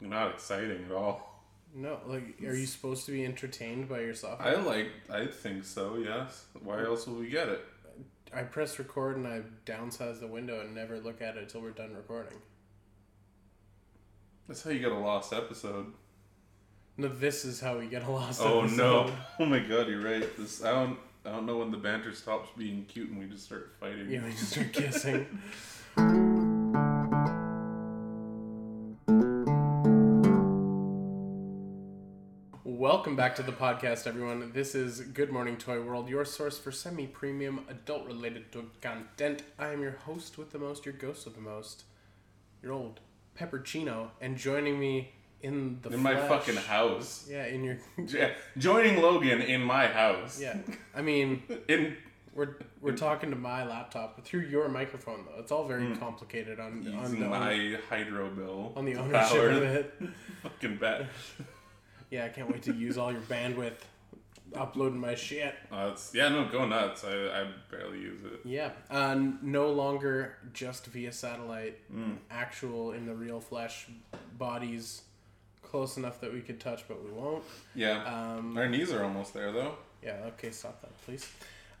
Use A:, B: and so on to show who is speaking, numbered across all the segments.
A: not exciting at all.
B: No, like, are you supposed to be entertained by yourself?
A: I like. I think so. Yes. Why else would we get it?
B: I press record and I downsize the window and never look at it until we're done recording.
A: That's how you get a lost episode.
B: No, this is how we get a lost.
A: Oh no!
B: episode.
A: Oh my god, you're right. This I don't. I don't know when the banter stops being cute and we just start fighting.
B: Yeah, we just start kissing. Welcome back to the podcast, everyone. This is Good Morning Toy World, your source for semi premium adult related toy content. I am your host with the most, your ghost with the most, your old Peppercino, and joining me in the
A: in my
B: flesh-
A: fucking house.
B: Yeah, in your.
A: Yeah, joining Logan in my house.
B: Yeah. I mean,
A: In
B: We're we're talking to my laptop through your microphone though. It's all very complicated on on
A: using
B: the,
A: my hydro bill.
B: on the
A: to
B: ownership
A: power
B: of
A: the
B: it.
A: Fucking bet.
B: Yeah, I can't wait to use all your bandwidth uploading my shit.
A: Uh, it's, yeah, no, go nuts. I, I barely use it.
B: Yeah, uh, no longer just via satellite, actual in the real flesh bodies, close enough that we could touch, but we won't.
A: Yeah,
B: Um,
A: our knees are almost there though.
B: yeah, okay, stop that, please.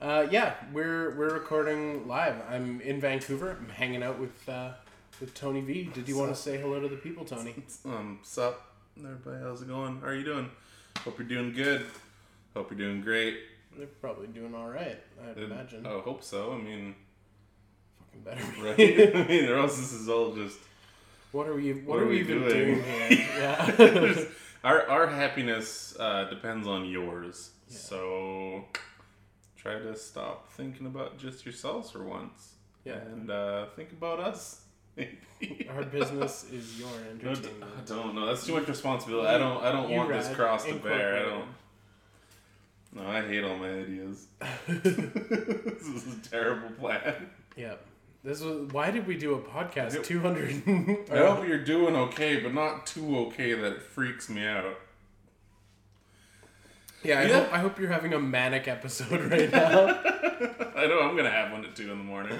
B: Uh, yeah, we're we're recording live. I'm in Vancouver. I'm hanging out with uh, with Tony V. Did you want to say hello to the people, Tony?
A: Um, sup, everybody? How's it going? How are you doing? Hope you're doing good. Hope you're doing great.
B: They're probably doing all right. I'd imagine.
A: I hope so. I mean,
B: Fucking better. be.
A: right? I mean, or else this is all just
B: What are we? What,
A: What
B: are,
A: are
B: we
A: we
B: even
A: doing?
B: doing here? Yeah.
A: our our happiness uh, depends on yours. So try to stop thinking about just yourselves for once.
B: Yeah.
A: and uh, think about us.
B: Our business is your
A: No, d-
B: entertainment.
A: I don't know. That's too much responsibility. I don't. I don't
B: You
A: want this
B: rad-
A: cross to bear. I
B: incorporated.
A: don't. No, I hate all my ideas. this is a terrible plan.
B: Yep. This was. Why did we do a podcast?
A: Yep.
B: Two hundred. oh,
A: I hope you're doing okay, but not too okay that it freaks me out.
B: Yeah. I,
A: Yeah.
B: Hope, I hope you're having a manic episode right now.
A: I know I'm gonna have one at two in the morning.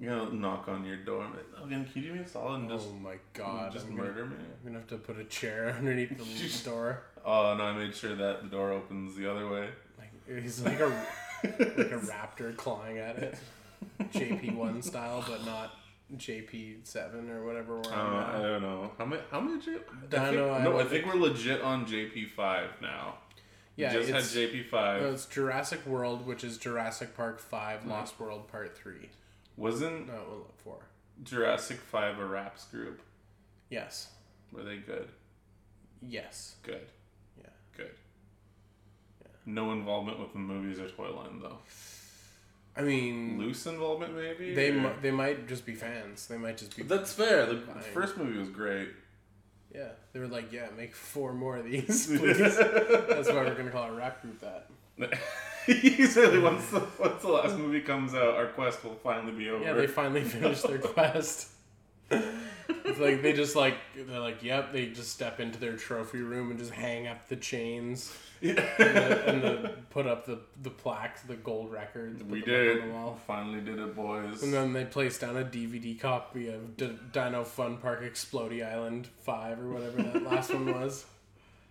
A: You know, knock on your door. and be like, Logan, can you do me a solid and just
B: oh my god.
A: just
B: I'm gonna-
A: murder me?
B: I'm gonna have to put a chair underneath the door.
A: Oh, and I made sure that the door opens the other way.
B: Like he's like a like a raptor clawing at it, JP one style, but not JP seven or whatever we're
A: Uh,
B: on now.
A: I don't know. How many? How many? J- I
B: Don't
A: think-
B: know, I
A: no,
B: don't
A: I think we're legit on JP five now.
B: Yeah,
A: we just had
B: it's, uh,
A: JP five.
B: no, it's Jurassic World, which is Jurassic Park 5 Lost World Part Three.
A: Wasn't
B: No, well, four.
A: Jurassic five a raps group?
B: Yes,
A: Were they good?
B: yes.
A: Good.
B: Yeah.
A: Good. No involvement with the movies or toy line though.
B: I mean,
A: Loose involvement maybe.
B: they
A: or-
B: mi- they might just be fans. They might just be.
A: That's fair. The
B: Fine.
A: first movie was great.
B: yeah, they were like, yeah, make four more of these, please. That's why we're gonna call our rap group that.
A: Usually, once the, once the last movie comes out, our quest will finally be over.
B: Yeah, they finally finished their quest. it's like they just like they're like, yep. They just step into their trophy room and just hang up the chains. and, the, and the, put up the the plaques, the gold records. put
A: we
B: them up
A: did.
B: on the wall.
A: Finally, did it, boys.
B: And then they placed down a DVD copy of D- Dino Fun Park Explodey Island Five or whatever that last one was.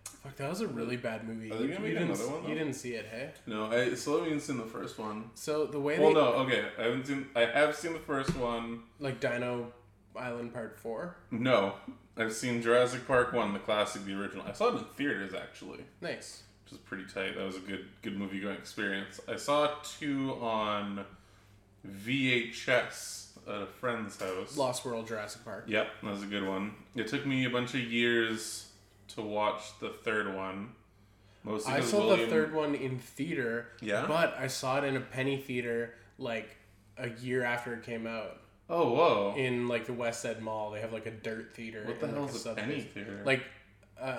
B: Fuck, that was a really bad movie.
A: Are they
B: You-
A: gonna make
B: you didn't,
A: another one,
B: you
A: though?
B: didn't see it, hey?
A: No, I still haven't even seen the first one.
B: So the way
A: Well,
B: they
A: no, okay, I haven't seen. I have seen the first one.
B: like Dino Island Part Four,
A: No, I've seen Jurassic Park one, the classic, the original. I saw it in theaters actually,
B: nice.
A: which is pretty tight. That was a good, good movie going experience. I saw two on VHS at a friend's house.
B: Lost World Jurassic Park.
A: Yep, that was a good one. It took me a bunch of years to watch the third one. Mostly
B: I
A: because
B: saw
A: William,
B: the third one in theater.
A: Yeah?
B: But I saw it in a penny theater like a year after it came out
A: Oh whoa!
B: in like the West End Mall. They have like a dirt theater.
A: what the
B: and,
A: hell
B: like,
A: is a
B: sub-
A: penny theater?
B: Like. Uh,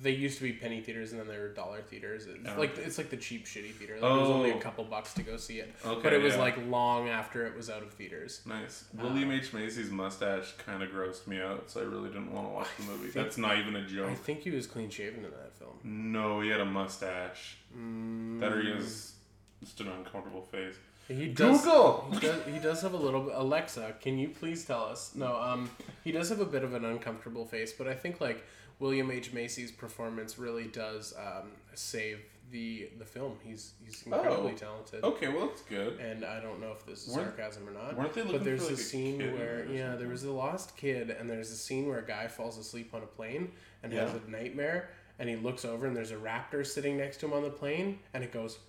B: they used to be penny theaters and then they were dollar theaters. It's
A: Oh,
B: like
A: okay.
B: it's like the cheap shitty theater. Like, It was only a
A: Oh.
B: couple bucks to go see it,
A: Okay,
B: but it was
A: yeah.
B: like long after it was out of theaters.
A: Nice.
B: uh,
A: William H. Macy's mustache kind of grossed me out, so I really didn't want to watch the movie. That's not even a
B: I
A: joke.
B: think he was clean shaven in that film.
A: Hmm.
B: Mm.
A: No, he had a mustache. That or he has just an uncomfortable face.
B: He does.
A: Google.
B: He does, he does have a little bit. Alexa, can you please tell us? No, um, he does have a bit of an uncomfortable face, but I think like William H Macy's performance really does um, save the the film. He's he's incredibly
A: Oh.
B: talented.
A: Okay, well that's good.
B: And I don't know if this is
A: Weren't-
B: sarcasm or not.
A: weren't they looking
B: But there's
A: for,
B: a
A: like, a
B: scene
A: kid or
B: where yeah, there
A: something?
B: was a lost kid, and there's a scene where a guy falls asleep on a plane and has
A: Yeah.
B: a nightmare, and he looks over and there's a raptor sitting next to him on the plane, and it goes,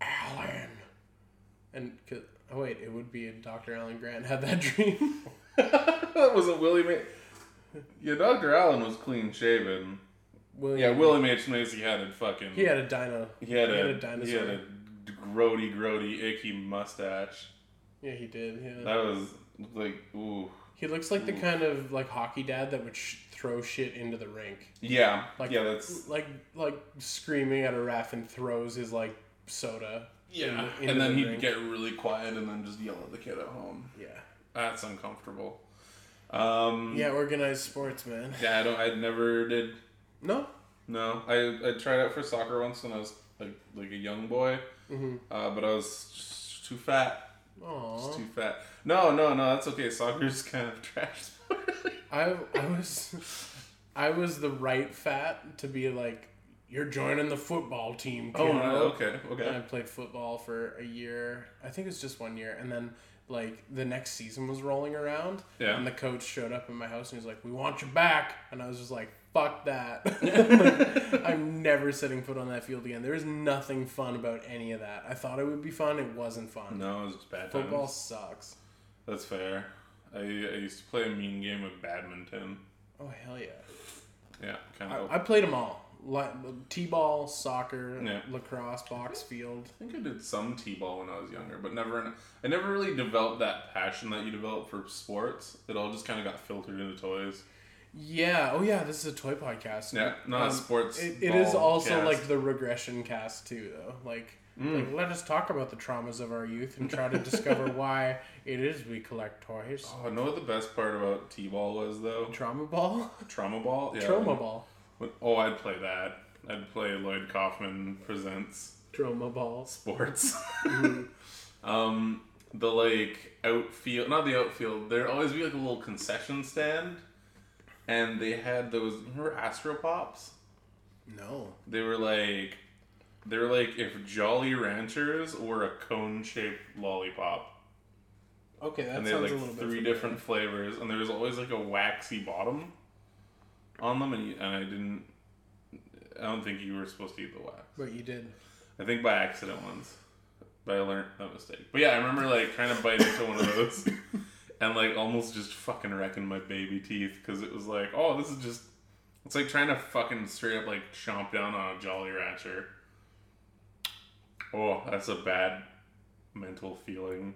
B: Alan, and 'cause- oh wait, it would be if Dr. Alan Grant had that dream.
A: that was a Willie May. Yeah, Dr. Allen was clean shaven. Yeah,
B: William,
A: William H. Macy had a fucking.
B: He had a dino.
A: He had,
B: he
A: a,
B: had a
A: He
B: dinosaur.
A: had a grody, grody, icky mustache.
B: Yeah, he did. Yeah.
A: That was like, ooh.
B: he looks like the kind of like hockey dad that would sh- throw shit into the rink.
A: Yeah.
B: Like-
A: yeah, that's.
B: like like screaming at a ref and throws his like soda.
A: Yeah.
B: in-
A: and
B: into
A: then
B: the
A: he'd
B: ring.
A: get really quiet and then just yell at the kid at home.
B: Yeah.
A: That's uncomfortable. Um,
B: Yeah, organized sports, man.
A: Yeah, I don't. I never did.
B: No.
A: No, I, I tried out for soccer once when I was like like a young boy,
B: Mm-hmm.
A: uh, but I was just too fat. Just
B: Aww.
A: too fat. No, no, no. That's okay. Soccer's kind of trash. sport.
B: I I was I was the right fat to be like you're joining the football team.
A: oh,
B: kiddo."
A: right, okay,
B: And I
A: okay.
B: played football for a year. I think it was just one year, and then like the next season was rolling around,
A: Yeah.
B: and the coach showed up in my house and he was like, "We want you back," and I was just like, "Fuck that! I'm never setting foot on that field again." There is nothing fun about any of that. I thought it would be fun. It wasn't fun.
A: No, it was just bad
B: Football
A: times.
B: sucks.
A: That's fair. I, I used to play a mean game of badminton.
B: Oh hell yeah!
A: Yeah, kind of.
B: I, I played them all: Li- t-ball, soccer,
A: Yeah.
B: lacrosse, box field.
A: I think I did some t-ball when I was younger, but never. In, I never really developed that passion that you develop for sports. It all just kind of got filtered into toys.
B: Yeah. Oh yeah. This is a toy podcast.
A: Yeah, not
B: Um,
A: a sports.
B: It, it is
A: ball
B: also
A: cast. Mm.
B: like the regression cast too, though. Like, like, let us talk about the traumas of our youth and try to discover why it is we collect toys.
A: Oh, know what the best part about t-ball was though?
B: Trauma ball,
A: Trauma ball. Yeah,
B: trauma
A: when-
B: ball,
A: when- oh, I'd play that. I'd play Lloyd Kaufman presents
B: trauma balls.
A: sports. um, the like outfield, not the outfield. There'd always be like a little concession stand, and they had those. Remember Astro Pops?
B: No.
A: They were like, they were like if Jolly Ranchers were a cone shaped lollipop.
B: Okay, that
A: and they had
B: sounds
A: like
B: a little bit.
A: three
B: familiar.
A: different flavors, and there was always like a waxy bottom on them, and, you, and I didn't. I don't think you were supposed to eat the wax.
B: But you did.
A: I think by accident once, but I learned that mistake. But yeah, I remember like trying to bite into one of those, and like almost just fucking wrecking my baby teeth because it was like, oh, this is just. It's like trying to fucking straight up like chomp down on a Jolly Rancher. Oh, that's a bad mental feeling.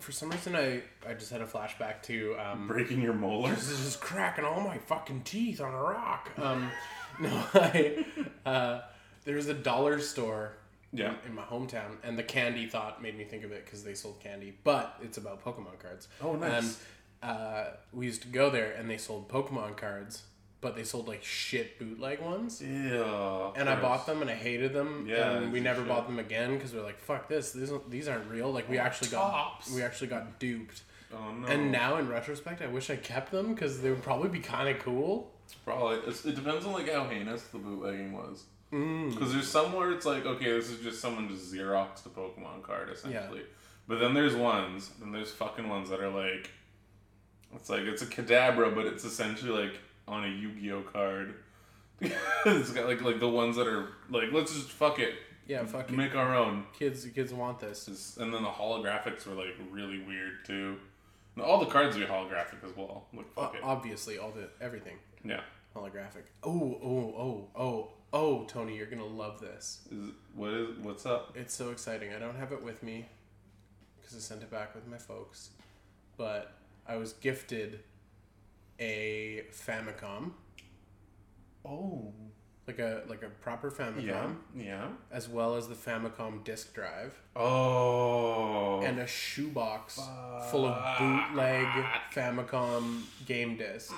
B: For some reason, I I just had a flashback to um.
A: Breaking your molars.
B: This is cracking all my fucking teeth on a rock. Um, no, I. Uh, there was a dollar store
A: Yeah.
B: in my hometown, and the candy thought made me think of it because they sold candy, but it's about Pokemon cards.
A: Oh, nice.
B: And uh, we used to go there, and they sold Pokemon cards, but they sold like shit bootleg ones.
A: Yeah.
B: And I bought them, and I hated them.
A: Yeah,
B: and we
A: it's
B: never
A: shit. Oh,
B: bought them again because we are like, "Fuck this! These aren't- these aren't real." Like we actually
A: tops.
B: got we actually got duped.
A: Oh no.
B: And now, in retrospect, I wish I kept them because they would probably be kind of cool.
A: probably it's, it depends on like how heinous the bootlegging was.
B: Mm.
A: Because there's some where it's like, okay, this is just someone just xeroxed a Pokemon card essentially. But then there's ones, and there's fucking ones that are like, it's like it's a Kadabra, but it's essentially like on a Yu-Gi-Oh card. it's got like like the ones that are like, let's just fuck it,
B: Yeah, fuck it.
A: make our own.
B: kids. Kids want this.
A: Just- And then the holographics were like really weird too. And all the cards would be holographic as well. Like fuck
B: Uh,
A: it,
B: Obviously, all the everything.
A: yeah.
B: holographic. Oh, oh, oh, oh, oh, Tony, you're gonna love this.
A: Is, what is what's up?
B: It's so exciting. I don't have it with me because I sent it back with my folks, but I was gifted a Famicom,
A: Oh,
B: like a like a proper Famicom,
A: yeah, yeah.
B: as well as the Famicom disk drive
A: Oh,
B: and a shoebox full of bootleg Famicom game discs.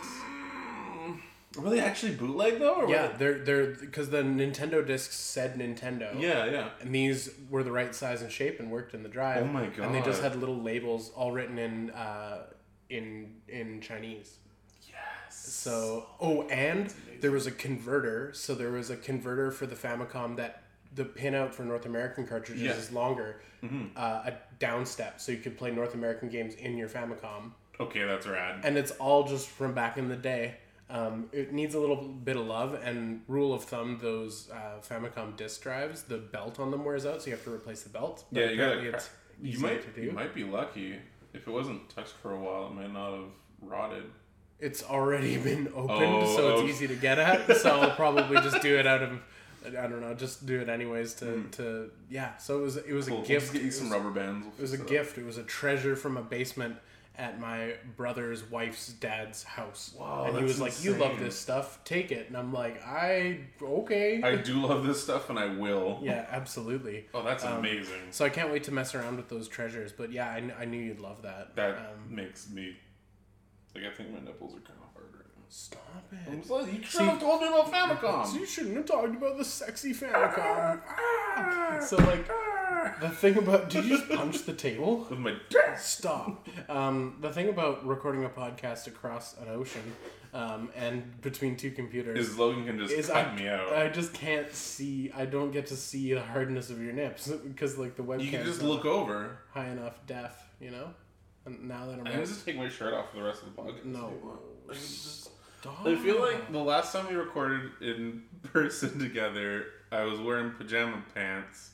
A: Were they actually bootleg though? Or
B: Yeah,
A: Were
B: they're they're because the Nintendo discs said Nintendo.
A: they... Yeah, yeah.
B: And these were the right size and shape and worked in the drive.
A: Oh my
B: And they just
A: God.
B: had little labels all written in uh, in in Chinese.
A: Yes.
B: So oh, and there was a converter. So there was a converter for the Famicom that the pinout for North American cartridges
A: Yeah. Mm-hmm.
B: is longer, uh, a down step, so you could play North American games in your Famicom.
A: Okay, that's rad.
B: and it's all just from back in the day. Um, it needs a little bit of love and rule of thumb. Those uh, Famicom disk drives, the belt on them wears out, so you have to replace the belt. But
A: yeah, you gotta.
B: apparently
A: It's you
B: easy
A: might
B: to
A: you
B: do.
A: might be lucky if it wasn't touched for a while. It might not have rotted.
B: It's already been opened,
A: Oh,
B: so
A: oh.
B: it's easy to get at. So I'll probably just do it out of, I don't know, just do it anyways. To, to yeah. So it was it was
A: Hmm. Cool.
B: a
A: We'll
B: gift.
A: just get
B: It
A: you
B: was-
A: some rubber bands. We'll
B: It was a
A: fix up.
B: gift. It was a treasure from a basement at my brother's wife's dad's house.
A: Wow,
B: and he
A: that's
B: was like, "You love
A: insane.
B: this stuff. Take it." And I'm like, "I okay."
A: I do love this stuff, and I will.
B: yeah, Um, absolutely.
A: Oh, that's amazing.
B: So I can't wait to mess around with those treasures. But yeah, I, kn- I knew you'd love that.
A: That
B: um,
A: makes me like I think my nipples are kind of hard right now.
B: stop
A: I'm
B: it.
A: just like, you should have told me about
B: Oh, So
A: Famicom.
B: you shouldn't have talked about the sexy Famicom. so like, the thing about did you just punch the table?
A: With my dick.
B: Stop. Um, the thing about recording a podcast across an ocean um, and between two computers
A: is Logan can just
B: is
A: cut
B: I,
A: me out.
B: I just can't see. I don't get to see the hardness of your nips because like the
A: you can
B: webcam
A: just look over.
B: high enough def. You know. And now that I'm
A: I can just take my shirt off for the rest of the podcast.
B: no.
A: Like, it's just-
B: Stop.
A: I feel like the last time we recorded in person together, I was wearing pajama pants,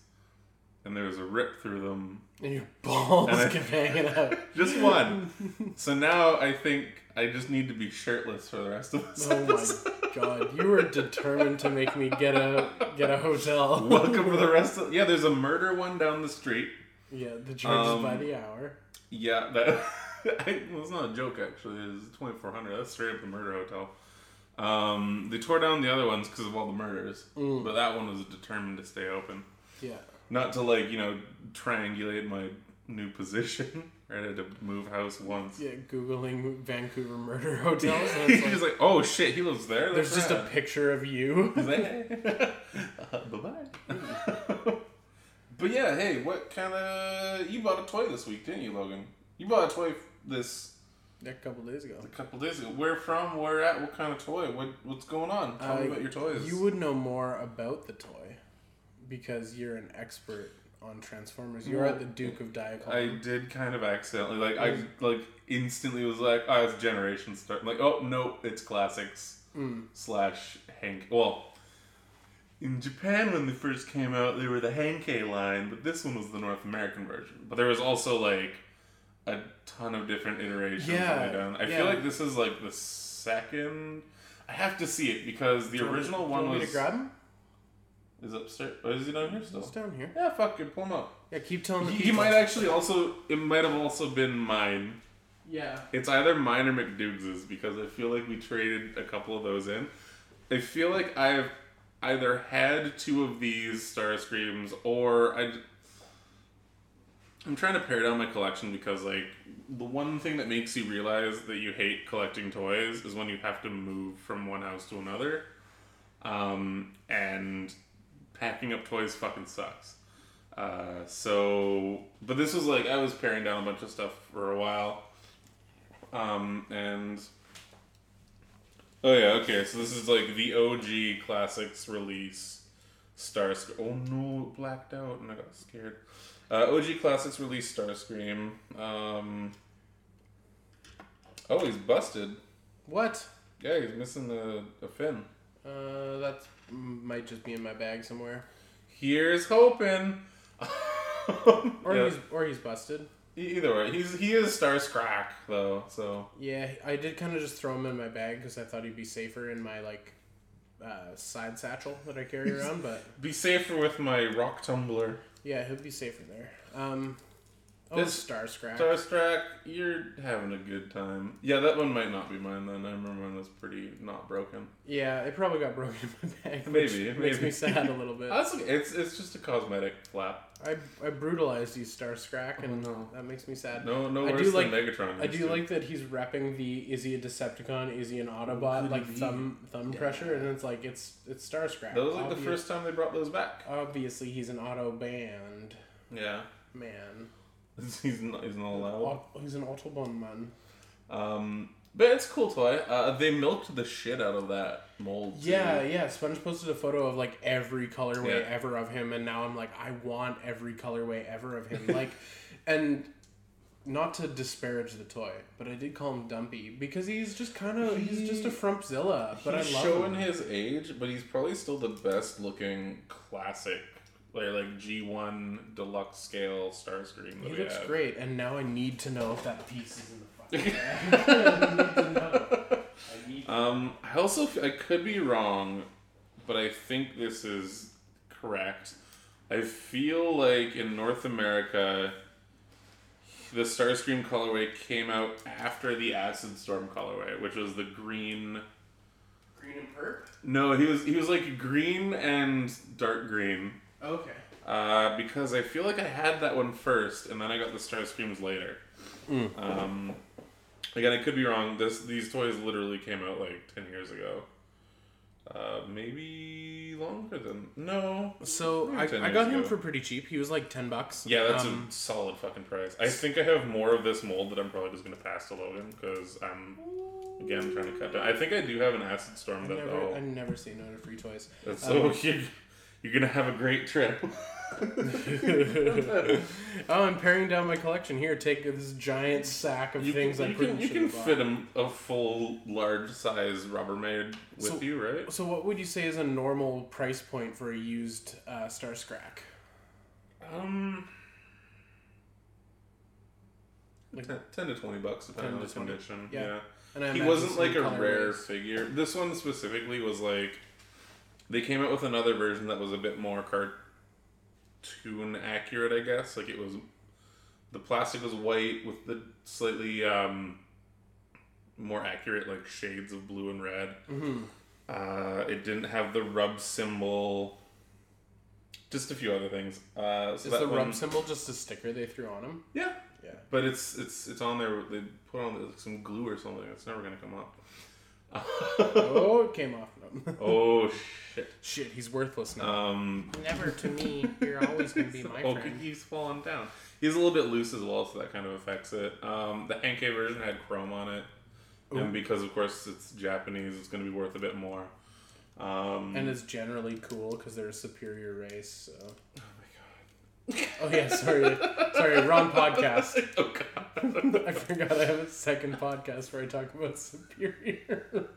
A: and there was a rip through them.
B: and your balls
A: And I-
B: keep hanging out.
A: Just one. so now I think I just need to be shirtless for the rest of this.
B: Oh
A: episode.
B: my god! You were determined to make me get a get a hotel.
A: Welcome for the rest of yeah. There's a murder one down the street.
B: Yeah, the charges
A: Um,
B: by the hour.
A: Yeah, that I, well, it's not a joke actually. It's 2400. That's straight up the murder hotel. Um, they tore down the other ones because of all the murders,
B: Mm.
A: but that one was determined to stay open.
B: Yeah.
A: Not to like you know triangulate my new position. Right, I had to move house once.
B: Yeah, googling Vancouver murder hotels. And
A: He's
B: it's like,
A: just like, oh shit, he lives there.
B: there's
A: That's
B: just a picture of you.
A: bye bye. But yeah, hey, what kind of you bought a toy this week, didn't you, Logan? You bought a toy f- this
B: a couple days ago.
A: a couple days ago. Where from? Where at? What kind of toy? What what's going on? Tell
B: Uh,
A: me about your toys.
B: You would know more about the toy because you're an expert on Transformers. You're at the Duke of Diacol.
A: I did kind of accidentally like I
B: Mm.
A: like instantly was like, oh, it's Generation Star. I'm like, oh no, it's classics
B: Mm.
A: slash Hank. Well, in Japan when they first came out, they were the Hankei line, but this one was the North American version. But there was also like a ton of different iterations. that
B: Yeah,
A: they done. I
B: yeah.
A: feel like this is like the second. I have to see it because the
B: Do you want me-
A: original
B: do you
A: one
B: want me
A: was
B: to grab him?
A: is upstairs. Or is he down here still?
B: It's down here.
A: Yeah, fuck it, pull him up.
B: Yeah, keep telling the
A: He, he
B: people.
A: might actually also. It might have also been mine.
B: Yeah.
A: It's either mine or McDougs's because I feel like we traded a couple of those in. I feel like I've either had two of these Star Screams or I. am trying to pare down my collection because, like, the one thing that makes you realize that you hate collecting toys is when you have to move from one house to another. Um, and packing up toys fucking sucks. Uh, so, but this was like I was paring down a bunch of stuff for a while, um, and oh yeah, okay. So this is like the OG classics release. Star Sc- Oh no, it blacked out and I got scared. Uh, OG classics release Starscream. Um, oh, he's busted.
B: What?
A: Yeah, he's missing a, a fin.
B: Uh, that might just be in my bag somewhere.
A: Here's hoping.
B: Or
A: Yeah.
B: he's or he's busted.
A: E- Either way, he's he is Starscrack though, so
B: Yeah, I did kind of just throw him in my bag because I thought he'd be safer in my like uh, side satchel that I carry around. But
A: be safer with my rock tumbler.
B: yeah, he'll be safer there. Um, Oh,
A: This-
B: Starstruck.
A: Starstruck, you're having a good time. Yeah, that one might not be mine then. I remember mine was pretty not broken.
B: yeah, it probably got broken in my bag. which
A: Maybe,
B: Makes
A: maybe.
B: me sad a little bit.
A: That's okay. It's it's just a cosmetic flap.
B: I, I brutalized you, Starscrack, and
A: Oh, no.
B: that makes me sad.
A: No, no
B: I
A: worse
B: do
A: than
B: like-
A: Megatron.
B: I
A: used
B: do
A: to.
B: like that he's repping the is he a Decepticon, is he an
A: could
B: Autobot
A: he
B: like
A: be?
B: thumb thumb
A: Yeah.
B: pressure, and it's like it's it's Starscrack.
A: That was like the
B: Obvi-
A: first time they brought those back.
B: Obviously, he's an auto band
A: Yeah,
B: man.
A: he's not he's not allowed.
B: Au- He's an Autobahn man.
A: Um, but it's a cool toy. Uh, they milked the shit out of that mold. too.
B: Yeah, yeah. Sponge posted a photo of like every colorway
A: Yeah.
B: ever of him, and now I'm like, I want every colorway ever of him. Like, and not to disparage the toy, but I did call him Dumpy because he's just kind of he's
A: He-
B: just a frumpzilla. But
A: he's
B: I love
A: showing
B: him.
A: his age, but he's probably still the best looking classic, like like G one deluxe scale Starscream. That
B: He
A: we
B: looks
A: have.
B: great, and now I need to know if that piece is in the fucking bag. I need to know. I need.
A: Um, I also f- I could be wrong, but I think this is correct. I feel like in North America, the Starscream colorway came out after the Acid Storm colorway, which was the green.
B: Green and perp.
A: No, he was he was like green and dark green.
B: Okay.
A: Uh, because I feel like I had that one first, and then I got the Star Screams later.
B: Mm.
A: Um, again, I could be wrong. This these toys literally came out like ten years ago. Uh, maybe longer than no.
B: So
A: Yeah,
B: I,
A: ten
B: I
A: years
B: got him
A: ago.
B: for pretty cheap. He was like ten bucks.
A: Yeah, that's
B: Um,
A: a solid fucking price. I think I have more of this mold that I'm probably just gonna pass to Logan because I'm again trying to cut down. I think I do have an acid storm
B: I
A: that
B: never, I
A: though.
B: never say no to free toys.
A: That's
B: um,
A: so you You're gonna have a great trip.
B: oh, I'm paring down my collection. Here, take this giant sack of
A: You
B: things
A: can,
B: I
A: you can,
B: pretty
A: you
B: much
A: can fit a, a full large size Rubbermaid with
B: So-
A: you, right?
B: So, what would you say is a normal price point for a used uh, Starscrack?
A: Um,
B: Like-
A: 10, 10 to twenty bucks depending on
B: 10 to
A: the
B: 20,
A: condition.
B: yeah.
A: Yeah,
B: And I
A: he
B: imagine
A: wasn't
B: some
A: like a
B: colorways.
A: rare figure. This one specifically was like they came out with another version that was a bit more cartoon accurate, I guess. Like it was the plastic was white with the slightly um, more accurate like shades of blue and red.
B: Mhm.
A: Uh, it didn't have the rub symbol. Just a few other things. Uh, so
B: Is
A: that
B: the
A: one,
B: rub symbol just a sticker they threw on him?
A: Yeah,
B: Yeah.
A: but it's it's it's on there. They put on like, some glue or something. It's never gonna come up.
B: Oh, it came off of him.
A: oh shit!
B: Shit, he's worthless now.
A: Um,
B: Never to me. You're always going to be my
A: oh,
B: friend.
A: he's fallen down. He's a little bit loose as well, so that kind of affects it. Um, the Henke version had chrome on it,
B: Ooh.
A: and because of course it's Japanese, it's gonna be worth a bit more. Um,
B: And it's generally cool because they're a superior race. So. Oh yeah, sorry, sorry, wrong podcast.
A: oh god.
B: I forgot I have a second podcast where I talk about Superior.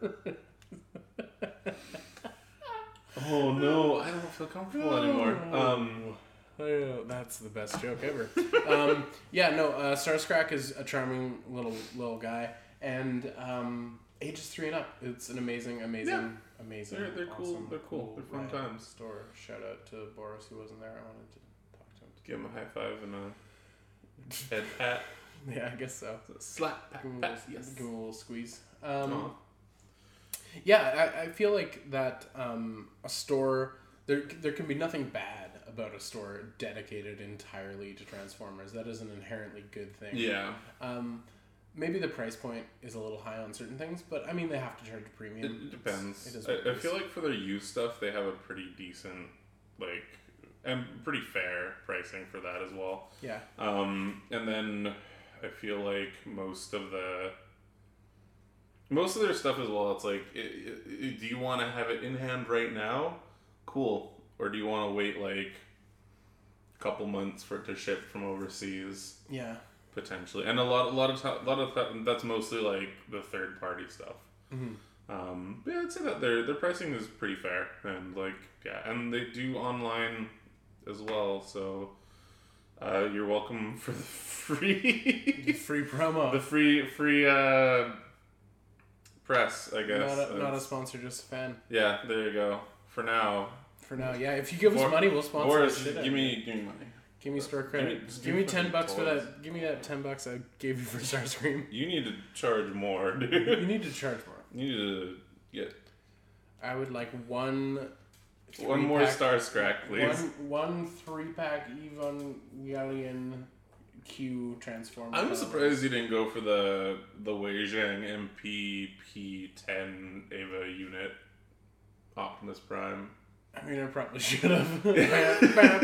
A: Oh no, I don't feel comfortable anymore. Um,
B: Oh, That's the best joke ever. um, yeah, no, uh, Starscrack is a charming little little guy, and um, ages three and up. It's an amazing, amazing,
A: Yeah.
B: amazing.
A: they're they're cool.
B: awesome,
A: they're cool. They're fun
B: red
A: times.
B: Store. Shout out to Boris who wasn't there. I wanted to talk to him.
A: Give him a high five and a head pat,
B: Yeah, I guess so.
A: slap, pat,
B: Give him a
A: pat.
B: little,
A: Yes.
B: give him a little squeeze. Um,
A: Aw.
B: Yeah, I, I feel like that um, a store there there can be nothing bad about a store dedicated entirely to Transformers. That is an inherently good thing.
A: Yeah,
B: Um, maybe the price point is a little high on certain things, but I mean they have to charge a
A: it, it
B: premium.
A: depends.
B: It's- it is what it
A: I, I
B: is.
A: feel like for their used stuff, they have a pretty decent, like, and pretty fair pricing for that as well.
B: Yeah.
A: Um, and then I feel like most of the most of their stuff as well. It's like, i i i- do you want to have it in hand right now? Cool. Or do you want to wait like a couple months for it to ship from overseas
B: Yeah.
A: potentially? And a lot, a lot of, ti- a lot of ti- that's mostly like the third party stuff.
B: Mhm.
A: Um, but yeah, I'd say that their their pricing is pretty fair, and like yeah, and they do online as well. So uh, you're welcome for the free
B: Free promo.
A: the free free uh, press, I guess.
B: not, a, not a
A: That's-
B: sponsor, just a fan.
A: yeah, there you go. For now,
B: For now, yeah. If you give us
A: Bor-
B: money, we'll sponsor. the
A: Boris,
B: shit out
A: give
B: of
A: me give me money.
B: it. Give me store credit.
A: just
B: Give,
A: do
B: me
A: fucking
B: ten bucks for
A: toys.
B: that. Give me that ten bucks I gave you for Starscream.
A: You need to charge more,
B: you
A: dude.
B: need to charge more.
A: You need to get
B: I would like one.
A: one more
B: three-pack-
A: star scrack, please.
B: One, one three pack Evangelion Q Transformer.
A: I'm surprised you didn't go for the the Weijing MPP10 Ava unit Optimus Prime.
B: I mean, I probably should have.
A: Yeah,
B: yeah,
A: that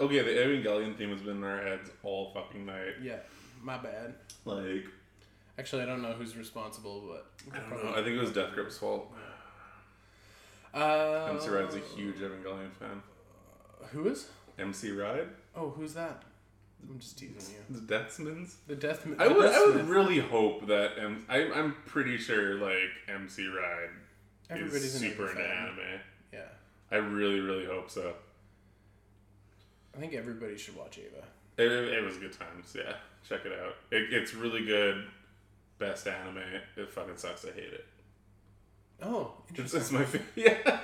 A: okay. The Evangelion theme has been in our heads all fucking night.
B: yeah, my bad.
A: Like,
B: Actually, I don't know who's responsible, but
A: I don't know. I think it was Death Grip's fault.
B: Uh,
A: MC Ride's a huge Evangelion fan.
B: Who is?
A: MC Ride,
B: Oh, who's that? I'm just teasing you.
A: the Deathsmans.
B: The death.
A: I
B: the
A: would,
B: Death
A: I would
B: Smith.
A: really hope that M- I, I'm pretty sure like MC Ride
B: Everybody's
A: is
B: an
A: super into
B: anime fan.
A: anime.
B: Yeah,
A: I really, really hope so.
B: I think everybody should watch Ava.
A: It, it, it was good times. Yeah, check it out. It, it's really good. Best anime. It fucking sucks. I hate it.
B: Oh,
A: It's,
B: interesting.
A: it's my favorite. Yeah.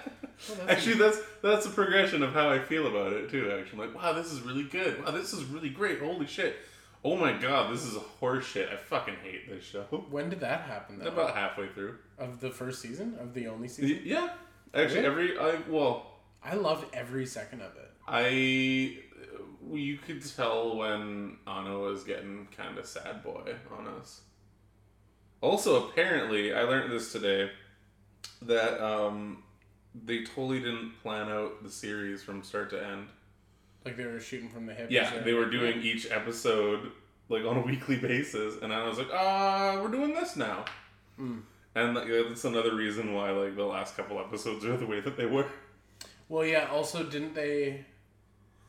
B: that's
A: actually, that's that's a progression of how I feel about it too. Actually, I'm like, wow, this is really good. Wow, this is really great. Holy shit. Oh my god, this is horseshit. I fucking hate this show.
B: When did that happen? Though?
A: About halfway through.
B: of the first season of the only season.
A: Yeah. Actually, every I well,
B: I loved every second of it.
A: I you could tell when Anna was getting kind of sad boy on us. Also, apparently, I learned this today that um, they totally didn't plan out the series from start to end.
B: Like they were shooting from the hip.
A: Yeah,
B: or-
A: they were doing each episode like on a weekly basis, and I was like, "Ah, we're doing this now."
B: Mm.
A: And like, that's another reason why like the last couple episodes are the way that they were.
B: Well, yeah. Also, didn't they?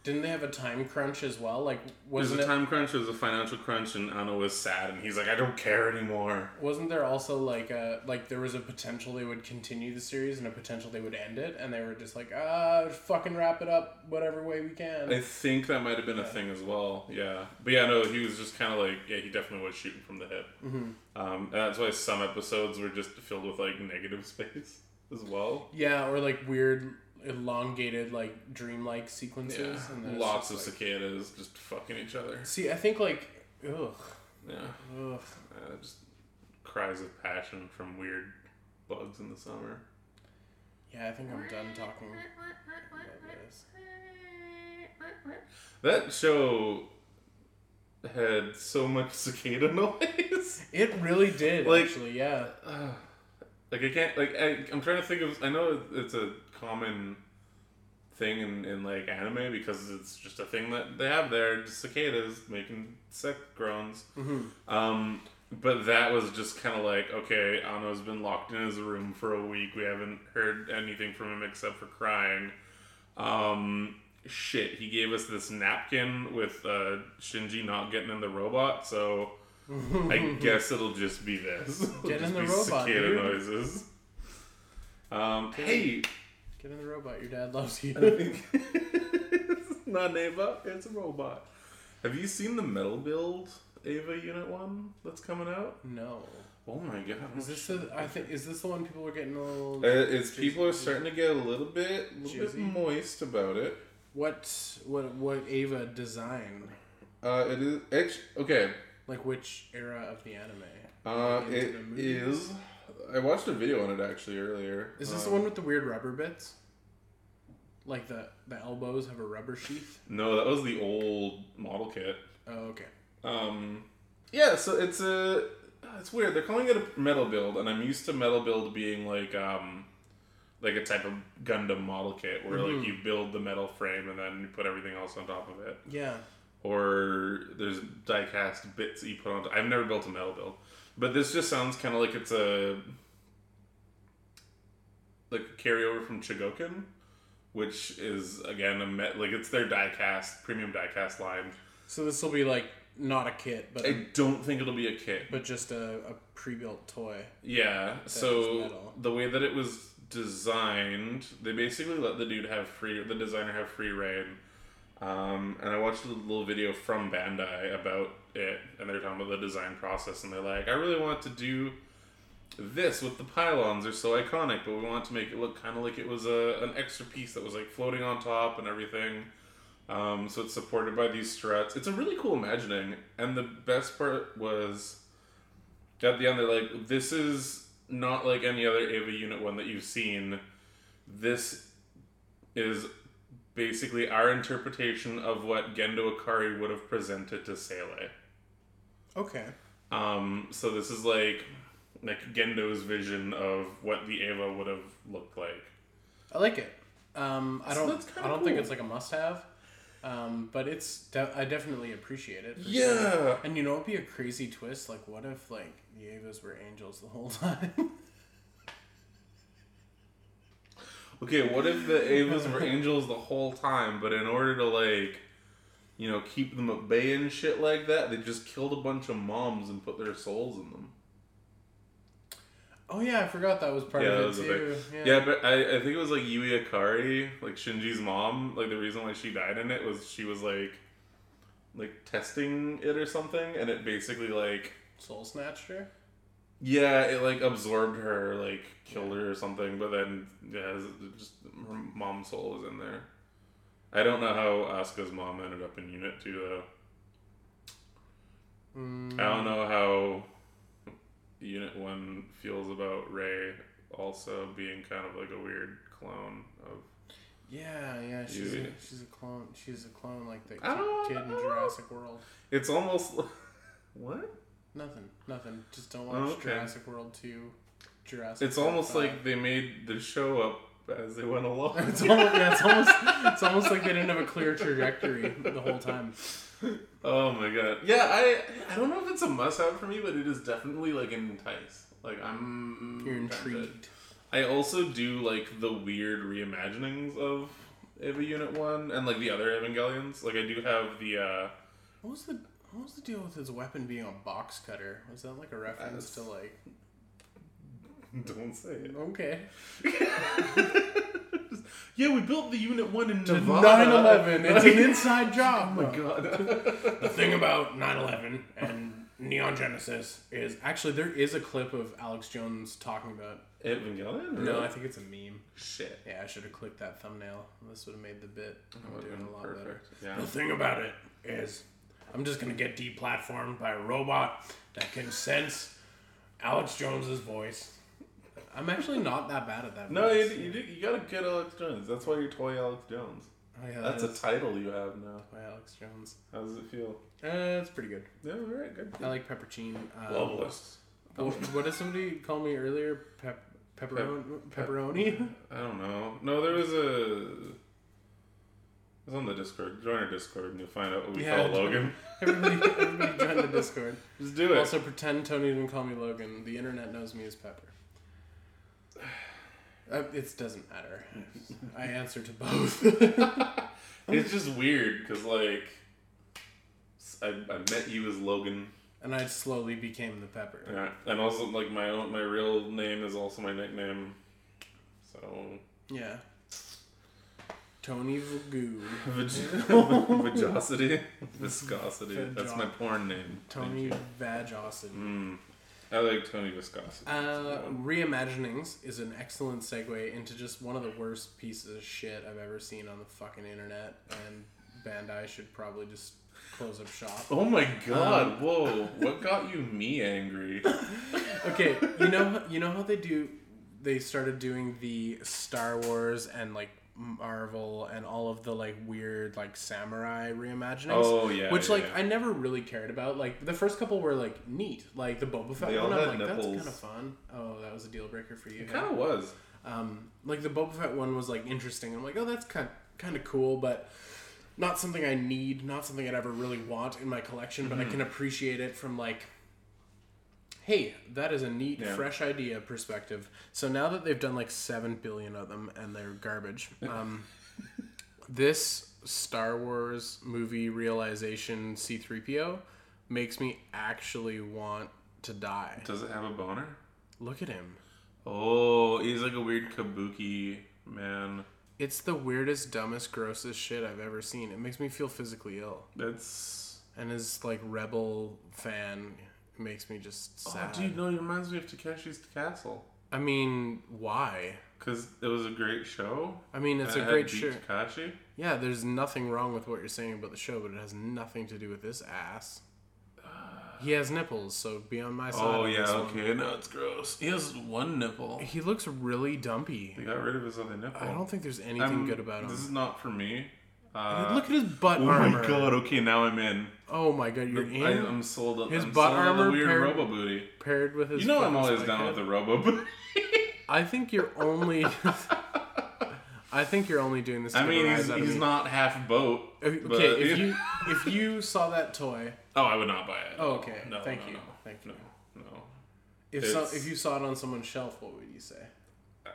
B: Didn't they have a time crunch as well? Like,
A: There's
B: wasn't
A: a
B: it?
A: time crunch, there's a financial crunch, and Anna was sad, and he's like, I don't care anymore.
B: Wasn't there also like a like there was a potential they would continue the series and a potential they would end it, and they were just like, ah, fucking wrap it up whatever way we can.
A: I think that might have been a thing as well, yeah. But yeah, no, he was just kind of like, yeah, he definitely was shooting from the hip.
B: Mhm.
A: Um, and that's why some episodes were just filled with like negative space as well.
B: yeah, or like weird, elongated, like dreamlike sequences. And then
A: Yeah.
B: it's
A: Lots of
B: just like-
A: cicadas just fucking each other.
B: See, I think like, ugh,
A: Yeah.
B: ugh.
A: Uh, just cries of passion from weird bugs in the summer.
B: Yeah, I think I'm done talking about this.
A: That show had so much cicada noise.
B: It really did,
A: Like-
B: actually. Yeah,
A: Ugh. like I can't like I, I'm trying to think of I know it's a common thing in, in like anime because it's just a thing that they have there just cicadas making sick groans
B: Mhm.
A: um but that was just kind of like okay Ano's been locked in his room for a week we haven't heard anything from him except for crying um shit he gave us this napkin with uh Shinji not getting in the robot so I guess it'll just be this. It'll
B: Get in
A: just
B: the
A: be
B: robot,
A: cicada
B: dude.
A: noises. Um, hey,
B: get in the robot. Your dad loves you.
A: I think it's not an Ava, it's a robot. Have you seen the metal build Ava Unit One that's coming out?
B: No.
A: Oh my god!
B: Is this the? I think is this the one people were getting a little.
A: Uh, it's people are starting to get a little bit, a little
B: Juicy.
A: bit moist about it.
B: What what what Ava design?
A: Uh, it is actually okay.
B: Like which era of the anime?
A: Uh,
B: Into
A: it
B: the movies.
A: is. I watched a video on it actually earlier.
B: Is this the
A: Um,
B: one with the weird rubber bits? Like the the elbows have a rubber sheath.
A: No, that was the old model kit.
B: Oh okay.
A: Um, yeah, so it's a it's weird. They're calling it a metal build, and I'm used to metal build being like um like a type of Gundam model kit where
B: Mhm.
A: like you build the metal frame and then you put everything else on top of it.
B: Yeah.
A: Or there's diecast bits that you put on. I've never built a metal build, but this just sounds kind of like it's a like a carryover from Chigokin, which is again a met like it's their diecast premium diecast line.
B: So this will be like not a kit, but
A: I don't think it'll be a kit,
B: but just a, a pre-built toy.
A: Yeah.
B: is
A: So
B: metal.
A: the way that it was designed, they basically let the dude have free, the designer have free reign. Um, and I watched a little video from Bandai about it, and they're talking about the design process, and they're like, I really want to do this with the pylons are so iconic, but we want to make it look kind of like it was a, an extra piece that was like floating on top and everything. Um, so it's supported by these struts. It's a really cool imagining. And the best part was at the end, they're like, this is not like any other Ava unit one that you've seen. This is basically our interpretation of what Gendo Akari would have presented to Sele.
B: Okay.
A: Um, so this is like like Gendo's vision of what the Ava would have looked like.
B: I like it. Um, I
A: So
B: don't.
A: that's
B: I
A: kinda
B: don't think
A: cool.
B: it's like a must-have, um, but it's. De- I definitely appreciate it. for sure.
A: Yeah.
B: And you know, it'd be a crazy twist. Like, what if like the Avas were angels the whole time?
A: Okay, what if the Avas were angels the whole time, but in order to like you know, keep them at bay and shit like that, they just killed a bunch of moms and put their souls in them.
B: oh yeah, I forgot that was part
A: yeah, that
B: of
A: was
B: it
A: a
B: too.
A: big. Yeah, but I, I think it was like Yui Akari, like Shinji's mom. Like the reason why she died in it was she was like, like testing it or something, and it basically like
B: Soul Snatcher.
A: yeah, it like absorbed her, like killed her or something. But then yeah, it just her mom's soul was in there. I don't know how Asuka's mom ended up in Unit Two though.
B: Mm,
A: I don't know how Unit One feels about Ray also being kind of like a weird clone of
B: Yeah, yeah. She's a,
A: Yui.
B: she's a clone. She's a clone like the
A: I don't
B: kid in
A: know.
B: Jurassic World.
A: It's almost what?
B: Nothing. Nothing. Just don't watch
A: Oh, okay.
B: Jurassic World two. Jurassic.
A: It's
B: World
A: almost
B: five.
A: like they made the show up as they went along.
B: It's almost, yeah, it's almost it's almost like they didn't have a clear trajectory the whole time.
A: oh my god! Yeah, I I don't know if it's a must-have for me, but it is definitely like an entice. Like I'm
B: You're
A: tempted.
B: intrigued.
A: I also do like the weird reimaginings of Eva Unit One and like the other Evangelions. Like I do have the. uh
B: What was the what was the deal with his weapon being a box cutter? Was that like a reference to like
A: Don't say it.
B: okay
A: yeah, we built the Unit One in Nevada.
B: 9/11? It's an inside job.
A: Oh my god.
B: The thing about 9/11 and Neon Genesis is actually there is a clip of Alex Jones talking about.
A: Evangelion?
B: No, I
A: Really?
B: think it's a meme.
A: Shit.
B: Yeah, I should have clicked that thumbnail. This would have made the bit. I'm doing a lot better.
A: Yeah.
B: The thing about it is, I'm just gonna get deplatformed by a robot that can sense Alex Jones's voice. I'm actually not that bad at that.
A: No, you,
B: voice.
A: you, do- you gotta get Alex Jones. That's why you're toy Alex Jones.
B: Oh, yeah,
A: That's
B: that
A: a
B: is
A: title you have now.
B: by Alex Jones.
A: How does it feel?
B: Uh, it's pretty good.
A: Yeah, all right, good.
B: I like peppercine. Um,
A: Loveless.
B: wh- What did somebody call me earlier? Pep, pepperoni.
A: pep-
B: pepperoni.
A: I don't know. No, there was a. It was on the Discord. Join our Discord and you'll find out what we
B: Yeah,
A: call Logan.
B: everybody, everybody join the Discord.
A: Just do it.
B: Also, pretend Tony didn't call me Logan. The internet knows me as Pepper. Uh, it doesn't matter. I answer to both.
A: it's just weird because like, s- I, I met you as Logan,
B: and I slowly became the Pepper.
A: yeah. and also like my own my real name is also my nickname. So
B: Yeah. Tony Vagoo.
A: Vig- Vigosity? Viscosity. That's my porn name.
B: Tony Vagosity.
A: Mm. I like Tony Viscosity.
B: Uh, reimaginings is an excellent segue into just one of the worst pieces of shit I've ever seen on the fucking internet, and Bandai should probably just close up shop.
A: oh my god,
B: um,
A: whoa. What got you me angry?
B: Okay, you know you know how they do they started doing the Star Wars and like Marvel and all of the like weird like samurai reimaginings.
A: Oh, yeah,
B: Which
A: yeah,
B: like
A: yeah.
B: I never really cared about. Like the first couple were like neat. Like the Boba Fett
A: They all
B: one, I'm like
A: had
B: that's
A: nipples.
B: kind of fun. Oh, that was a deal breaker for you.
A: It kind of was.
B: Um, like the Boba Fett one was like interesting. I'm like, oh, that's kind kind of cool, but not something I need, not something I'd ever really want in my collection. But I can appreciate it from like, hey, that is a neat,
A: Yeah.
B: fresh idea perspective. So now that they've done like seven billion of them and they're garbage, um, this Star Wars movie realization C-3PO makes me actually want to die.
A: Does it have a boner?
B: Look at him.
A: Oh, he's like a weird kabuki man.
B: It's the weirdest, dumbest, grossest shit I've ever seen. It makes me feel physically ill.
A: That's.
B: And as like rebel fan It makes me just
A: Oh,
B: sad.
A: dude, no, it reminds me of Takeshi's Castle
B: I mean, why?
A: because it was a great show.
B: I mean, it's
A: and
B: a
A: it had
B: great
A: Beat
B: show.
A: Tekashi.
B: Yeah, there's nothing wrong with what you're saying about the show, but it has nothing to do with this ass. He has nipples, so be on my side.
A: Oh
B: on
A: yeah,
B: this one.
A: okay, no, it's gross. He has one nipple.
B: He looks really dumpy.
A: He got rid of his other nipple.
B: I don't think there's anything
A: I'm-
B: good about him.
A: This is not for me. Uh,
B: Look at his butt
A: oh
B: armor.
A: my god! Okay, now I'm in.
B: Oh my god, you're in
A: I, um, I'm sold up.
B: His
A: I'm
B: butt
A: sold on
B: armor
A: the weird
B: paired-
A: robo booty.
B: paired with his.
A: You know I'm
B: fucking
A: always
B: spike
A: down
B: head.
A: with the robo booty.
B: I think you're only. I think you're only doing this. To
A: I mean, he's, he's
B: not.
A: not half boat. but-
B: Okay, if you if you saw that toy,
A: Oh, I would not buy it.
B: oh, okay,
A: No,
B: thank
A: no,
B: you,
A: no.
B: thank you.
A: No, no.
B: If so,
A: It's-
B: if you saw it on someone's shelf, what would you say?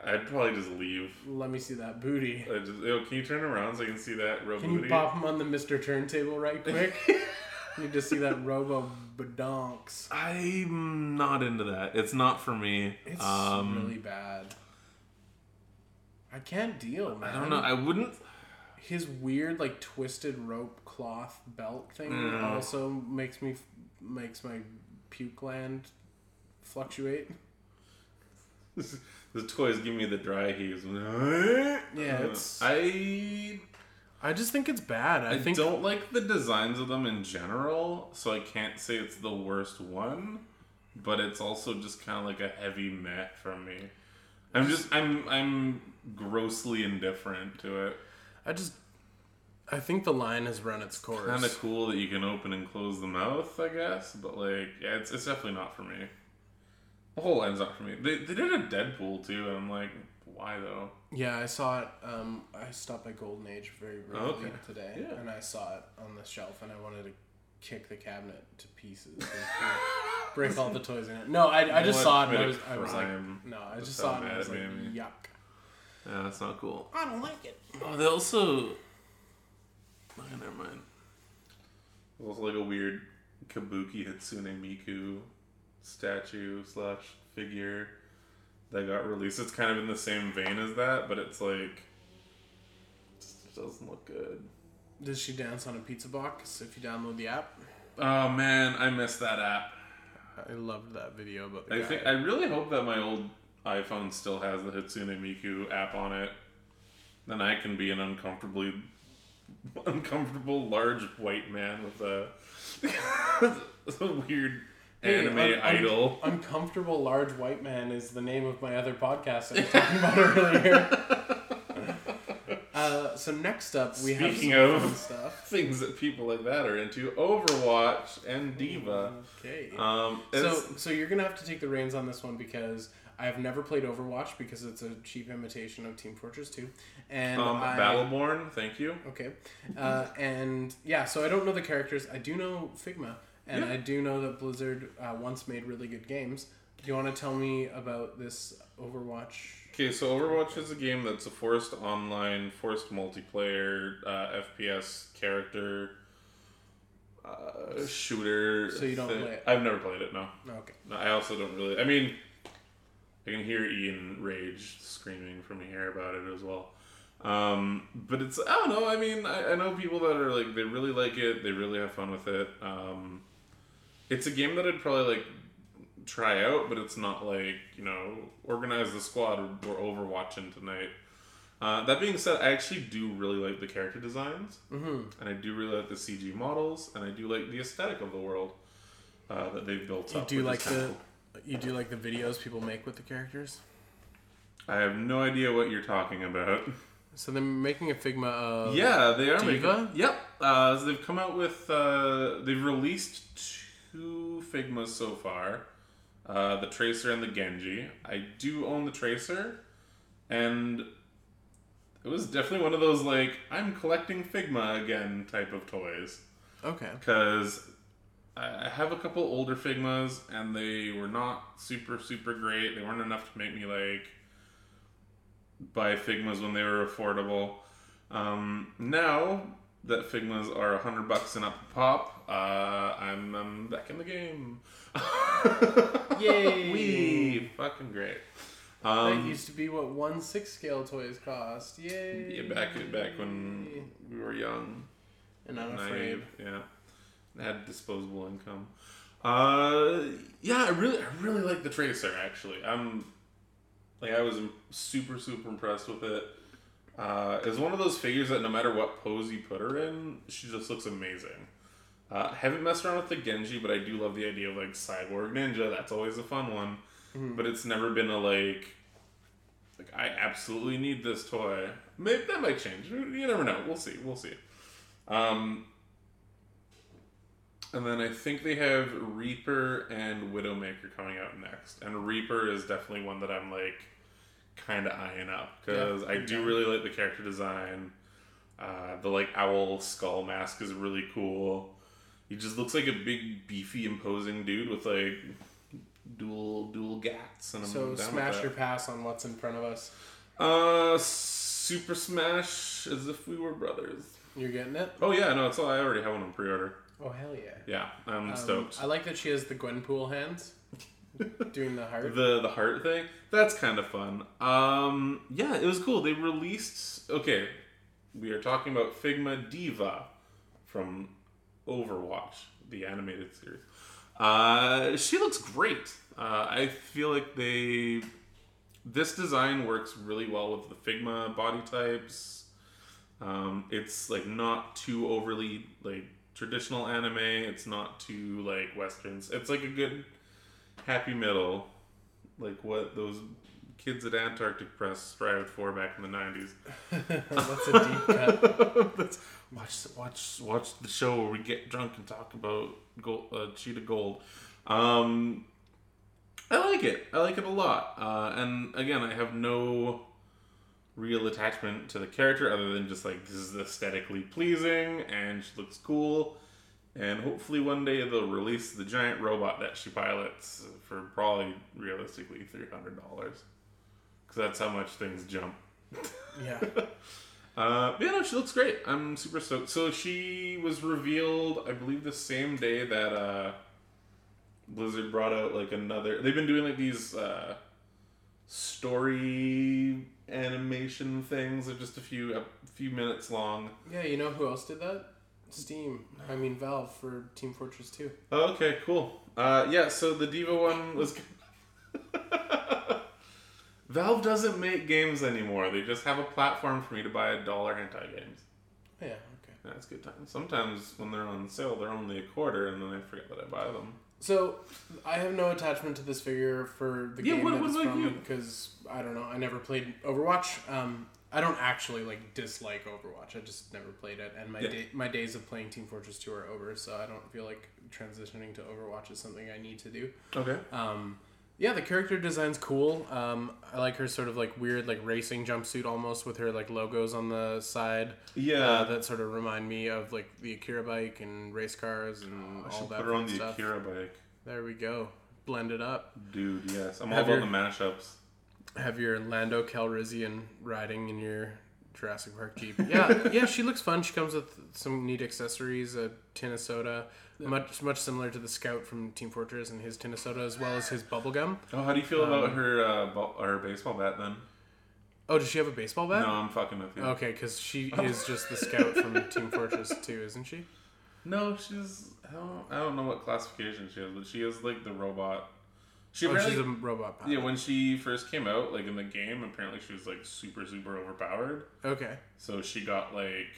A: I'd probably just leave.
B: Let me see that booty.
A: I just, oh, can you turn around so I can see that robo
B: Can you
A: booty?
B: pop him on the Mister Turntable right quick? Need to see that Robo Badonks.
A: I'm not into that. It's not for me.
B: It's
A: um,
B: really bad. I can't deal, man.
A: I don't know. I wouldn't.
B: His weird, like twisted rope cloth belt thing
A: Mm.
B: also makes me makes my puke gland fluctuate.
A: the toys give me the dry heaves.
B: Yeah, it's-
A: I
B: I just think it's bad. I,
A: I
B: think
A: don't like the designs of them in general, so I can't say it's the worst one, but it's also just kind of like a heavy meh from me. I'm just I'm I'm grossly indifferent to it.
B: I just I think the line has run its course.
A: Kind of cool that you can open and close the mouth, I guess, but like yeah, it's it's definitely not for me. The whole line's not for me. They they did a Deadpool too, and I'm like, why though?
B: Yeah, I saw it. Um, I stopped at Golden Age very briefly
A: Okay.
B: today,
A: Yeah.
B: and I saw it on the shelf, and I wanted to kick the cabinet to pieces, and break- break all the toys in it. No, I, I just
A: What
B: saw it. And I was,
A: committed
B: I was like,
A: crime?
B: no, I
A: That's
B: just
A: so
B: saw it. and I
A: mad
B: was
A: at
B: like,
A: me.
B: yuck.
A: Yeah, that's not cool.
B: I don't like it.
A: Oh, they also. Oh, never mind. It was like a weird Kabuki Hatsune Miku statue slash figure that got released. It's kind of in the same vein as that, but it's like. just- It doesn't look good.
B: Does she dance on a pizza box? If you download the app,
A: Oh man, I miss that app.
B: I loved that video about the
A: I
B: guy.
A: think I really hope that my old iPhone still has the Hatsune Miku app on it. Then I can be an uncomfortably uncomfortable large white man with a, with a weird
B: Hey,
A: anime
B: un- un-
A: idol.
B: Uncomfortable large white man is the name of my other podcast I was talking about earlier. Uh, so next up, we
A: Speaking
B: have
A: of-
B: some fun stuff.
A: Things that people like that are into: Overwatch and Diva.
B: Okay.
A: Um,
B: Mm-hmm. so,
A: it's-
B: so you're gonna have to take the reins on this one because I've never played Overwatch because it's a cheap imitation of Team Fortress 2, and
A: um,
B: I,
A: Battleborn, thank you.
B: Okay. Uh, and yeah, so I don't know the characters. I do know Figma, and
A: Yeah.
B: I do know that Blizzard uh, once made really good games. Do you want to tell me about this Overwatch?
A: Okay, so Overwatch is a game that's a forced online, forced multiplayer, uh, FPS character uh, shooter.
B: So you don't play it?
A: I've never played it. No.
B: Okay.
A: no, I also don't really. I mean, I can hear Ian rage screaming from here about it as well. Um, but it's I don't know. I mean, I, I know people that are like they really like it. They really have fun with it. Um, it's a game that I'd probably like try out, but it's not like you know organize the squad. We're overwatching tonight. Uh, that being said, I actually do really like the character designs,
B: Mhm.
A: and I do really like the CG models, and I do like the aesthetic of the world uh, that they've built
B: You
A: up.
B: do
A: which
B: like
A: is kinda
B: the
A: cool.
B: you do like the videos people make with the characters.
A: I have no idea what you're talking about.
B: So they're making a Figma of
A: yeah, they are
B: Uh, Diva?
A: making. Yep. Uh, so they've come out with. Uh, they've released two Figmas so far, uh, the Tracer and the Genji. I do own the Tracer, and it was definitely one of those like I'm collecting Figma again type of toys
B: Okay.
A: because I I have a couple older Figmas and they were not super super great. They weren't enough to make me like buy Figmas when they were affordable. Um, now that Figmas are a hundred bucks and up a pop, uh, I'm, I'm back in the game.
B: Yay.
A: Wee! Fucking great.
B: that
A: Um,
B: used to be what one six scale toys cost. Yay!
A: yeah, back back when we were young.
B: and I'm
A: Naive,
B: afraid.
A: Yeah. Had disposable income. Uh, yeah, I really, I really like the Tracer. Actually, I'm like, I was super, super impressed with it. Uh, it's one of those figures that no matter what pose you put her in, she just looks amazing. Uh, haven't messed around with the Genji, but I do love the idea of like cyborg ninja. That's always a fun one,
B: Mhm.
A: but it's never been a like. Like I absolutely need this toy. Maybe that might change. You never know. We'll see. We'll see. Um, and then I think they have Reaper and Widowmaker coming out next. And Reaper is definitely one that I'm like kind of eyeing up because
B: Yeah,
A: I
B: I'm
A: do
B: down.
A: really like the character design. Uh, the like owl skull mask is really cool. He just looks like a big, beefy, imposing dude with like dual dual gats. And I'm down
B: So
A: with
B: smash
A: that.
B: your pass on what's in front of us.
A: Uh, Super Smash as if we were brothers.
B: You're getting it?
A: Oh yeah, no, it's all, I already have one on pre-order.
B: Oh hell yeah!
A: Yeah, I'm
B: Um,
A: stoked.
B: I like that she has the Gwenpool hands, doing the heart.
A: the the heart thing that's kind of fun um yeah it was cool they released okay we are talking about figma diva from overwatch the animated series uh she looks great uh i feel like they this design works really well with the figma body types um it's like not too overly like traditional anime it's not too like westerns it's like a good happy middle like what those kids at Antarctic Press strived for back in the nineties.
B: That's a deep cut.
A: watch, watch, watch the show where we get drunk and talk about gold, uh, Cheetah Gold. Um, I like it. I like it a lot. Uh, and again, I have no real attachment to the character other than just like this is aesthetically pleasing and she looks cool. And hopefully one day they'll release the giant robot that she pilots for probably realistically three hundred dollars, because that's how much things jump.
B: Yeah.
A: Uh, yeah, no, she looks great. I'm super stoked. So she was revealed, I believe, the same day that uh, Blizzard brought out like another. They've been doing like these uh, story animation things. They're just a few a few minutes long.
B: Yeah, you know who else did that? Steam. I mean Valve for Team Fortress 2.
A: Oh, okay, cool. Uh, yeah, so the Diva one was. Valve doesn't make games anymore. They just have a platform for me to buy a dollar hentai games.
B: Oh, Yeah, okay.
A: That's good time. Sometimes when they're on sale, they're only a quarter, and then I forget that I buy them.
B: So, I have no attachment to this figure for the
A: Yeah,
B: game
A: what-
B: that
A: what
B: it's
A: about you?
B: from because I don't know. I never played Overwatch. Um, I don't actually like dislike Overwatch. I just never played it, and my
A: Yeah.
B: day, my days of playing Team Fortress 2 are over. So I don't feel like transitioning to Overwatch is something I need to do.
A: Okay.
B: Um, yeah, the character design's cool. Um, I like her sort of like weird like racing jumpsuit almost with her like logos on the side.
A: Yeah.
B: uh, that sort of remind me of like the Akira bike and race cars and
A: I
B: all
A: should
B: that
A: put her on
B: fun
A: the
B: stuff.
A: Akira bike.
B: There we go. Blend it up.
A: Dude, yes. I'm all
B: Have
A: about the
B: your-
A: mashups.
B: Have your Lando Calrissian riding in your Jurassic Park Jeep. Yeah, yeah, she looks fun. She comes with some neat accessories, a tin of soda, much much similar to the Scout from Team Fortress and his tin of soda, as well as his bubble gum.
A: Oh, how do you feel about her uh, ball, her baseball bat then? Oh.
B: Oh, does she have a baseball bat?
A: No, I'm fucking with you.
B: Okay, because she is just the Scout from Team Fortress 2, isn't she?
A: No, she's. I don't, I don't know what classification she is, but she is like the robot. She
B: Oh, she's
A: apparently.
B: a robot pilot.
A: yeah, when she first came out, like in the game, apparently she was like super, super overpowered.
B: Okay.
A: So she got like.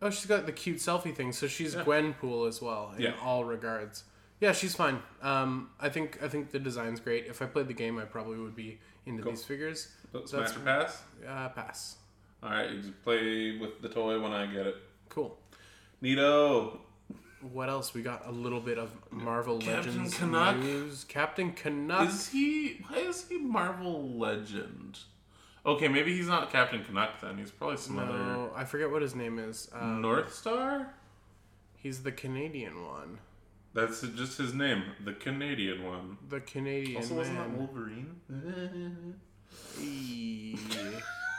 B: Oh, she's got the cute selfie thing. So she's
A: Yeah.
B: Gwenpool as well in
A: Yeah.
B: all regards. Yeah, she's fine. Um, I think I think the design's great. If I played the game, I probably would be into these figures.
A: Smash or pass?
B: Uh, pass.
A: Alright, you just play with the toy when I get it.
B: Cool.
A: Nito.
B: What else? We got a little bit of Marvel
A: Captain
B: Legends
A: Canuck.
B: news. Captain Canuck.
A: Is he? Why is he Marvel Legend? Okay, maybe he's not Captain Canuck then. He's probably some
B: no, I forget what his name is.
A: other
B: Um,
A: North Star.
B: he's the Canadian one.
A: That's just his name, the Canadian one.
B: The Canadian
A: Also, wasn't that
B: man.
A: Wolverine?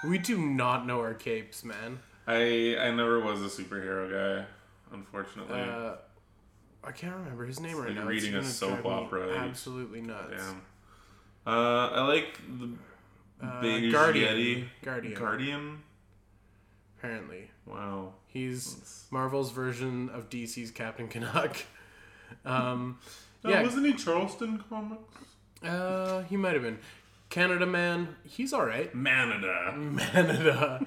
B: we do not know our capes, man.
A: I I never was a superhero guy, unfortunately.
B: Uh, I can't remember his name
A: Oh,
B: right
A: like
B: now. It's
A: reading a
B: gonna
A: soap
B: drive me
A: opera.
B: Absolutely nuts.
A: Damn. Uh, I like the
B: Uh,
A: beige
B: Guardian.
A: Yeti.
B: Guardian.
A: Guardian.
B: apparently,
A: Wow.
B: he's Marvel's version of DC's Captain Canuck. Um,
A: No,
B: Yeah.
A: wasn't he Charleston comics?
B: Uh, he might have been Canada man. He's all right.
A: Manada.
B: Manada,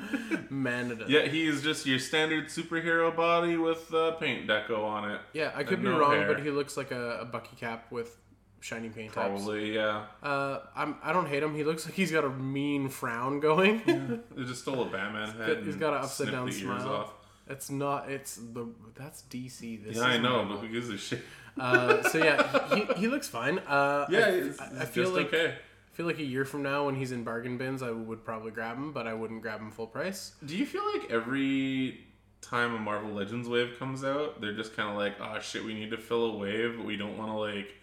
B: Manada.
A: Yeah, he is just your standard superhero body with uh, paint deco on it.
B: Yeah, I could
A: And
B: be
A: no
B: wrong,
A: hair.
B: but he looks like a, a Bucky cap with shiny paint tabs.
A: Probably, yeah.
B: Uh, I'm, I don't hate him. He looks like he's got a mean frown going.
A: They just stole a Batman head.
B: got- he's
A: and
B: got an upside
A: snipped
B: down
A: the ears
B: smile.
A: off.
B: It's not. It's the that's DC. This
A: Yeah, I
B: is
A: know,
B: Marvel.
A: but who gives a shit?
B: uh, so yeah, he, he looks fine. Uh,
A: Yeah,
B: I,
A: it's,
B: I- I
A: it's
B: feel
A: just
B: like
A: okay.
B: I feel like a year from now when he's in bargain bins, I would probably grab him, but I wouldn't grab him full price.
A: Do you feel like every time a Marvel Legends wave comes out, they're just kind of like, oh shit, we need to fill a wave, but we don't want to like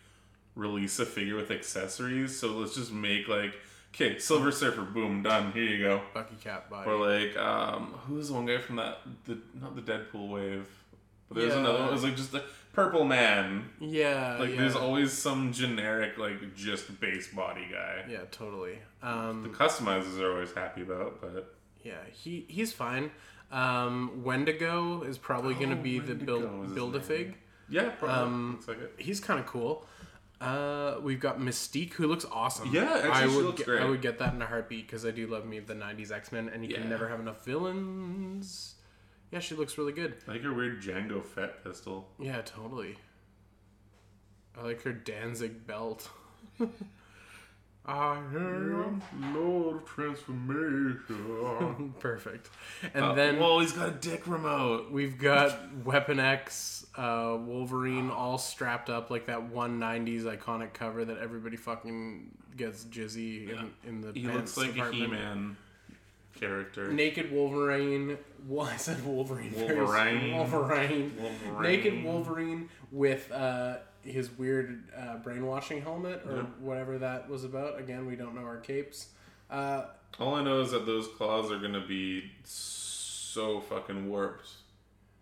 A: release a figure with accessories, so let's just make like, okay, Silver Surfer, boom, done, here you go.
B: Bucky cap body.
A: Or like, um, who's the one guy from that? The not the Deadpool wave, but there's
B: Yeah. Uh,
A: another one. It was like just the Purple Man.
B: yeah,
A: Like,
B: yeah,
A: there's always some generic like just base body guy.
B: yeah, totally.
A: The
B: Um,
A: customizers are always happy about, but
B: yeah, he he's fine. Um, Wendigo is probably going to
A: Oh,
B: be the
A: Wendigo is
B: build
A: his
B: build a fig.
A: yeah, probably
B: Um,
A: looks like it.
B: He's kind of cool. Uh, we've got Mystique, who looks awesome.
A: Yeah, actually,
B: I
A: she
B: would
A: looks
B: get,
A: great.
B: I would get that in a heartbeat because I do love me the '90s X-Men, and you
A: Yeah.
B: can never have enough villains. Yeah, she looks really good.
A: I like her weird Django Fett pistol.
B: Yeah, totally. I like her Danzig belt. I am
A: Lord Transformation.
B: perfect. And
A: Uh,
B: then
A: whoa, he's got a dick remote.
B: we've got Weapon X, uh, Wolverine, all strapped up like that one '90s iconic cover that everybody fucking gets jizzy in, in the.
A: He
B: pants
A: looks like
B: department.
A: a He-Man character.
B: Naked Wolverine. Well, I said Wolverine. very-
A: Wolverine.
B: Wolverine.
A: Wolverine.
B: Naked Wolverine with uh, his weird uh, brainwashing helmet or
A: Yeah.
B: whatever that was about. Again, we don't know our capes. Uh,
A: All I know is that those claws are gonna be so fucking warped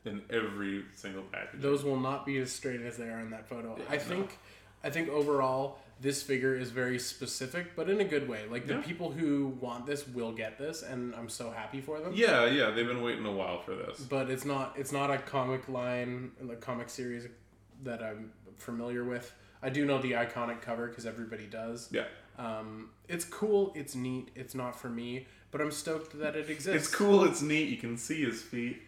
A: in every single package.
B: those will not be as straight as they are in that photo. I
A: no.
B: think, I think overall, this figure is very specific, but in a good way. Like the
A: Yeah.
B: people who want this will get this, and I'm so happy for them.
A: yeah, yeah, they've been waiting a while for this.
B: but it's not it's not a comic line a comic series that i'm familiar with i do know the iconic cover because everybody does
A: Yeah,
B: um, it's cool it's neat it's not for me but i'm stoked that it exists
A: it's cool. It's neat. You can see his feet.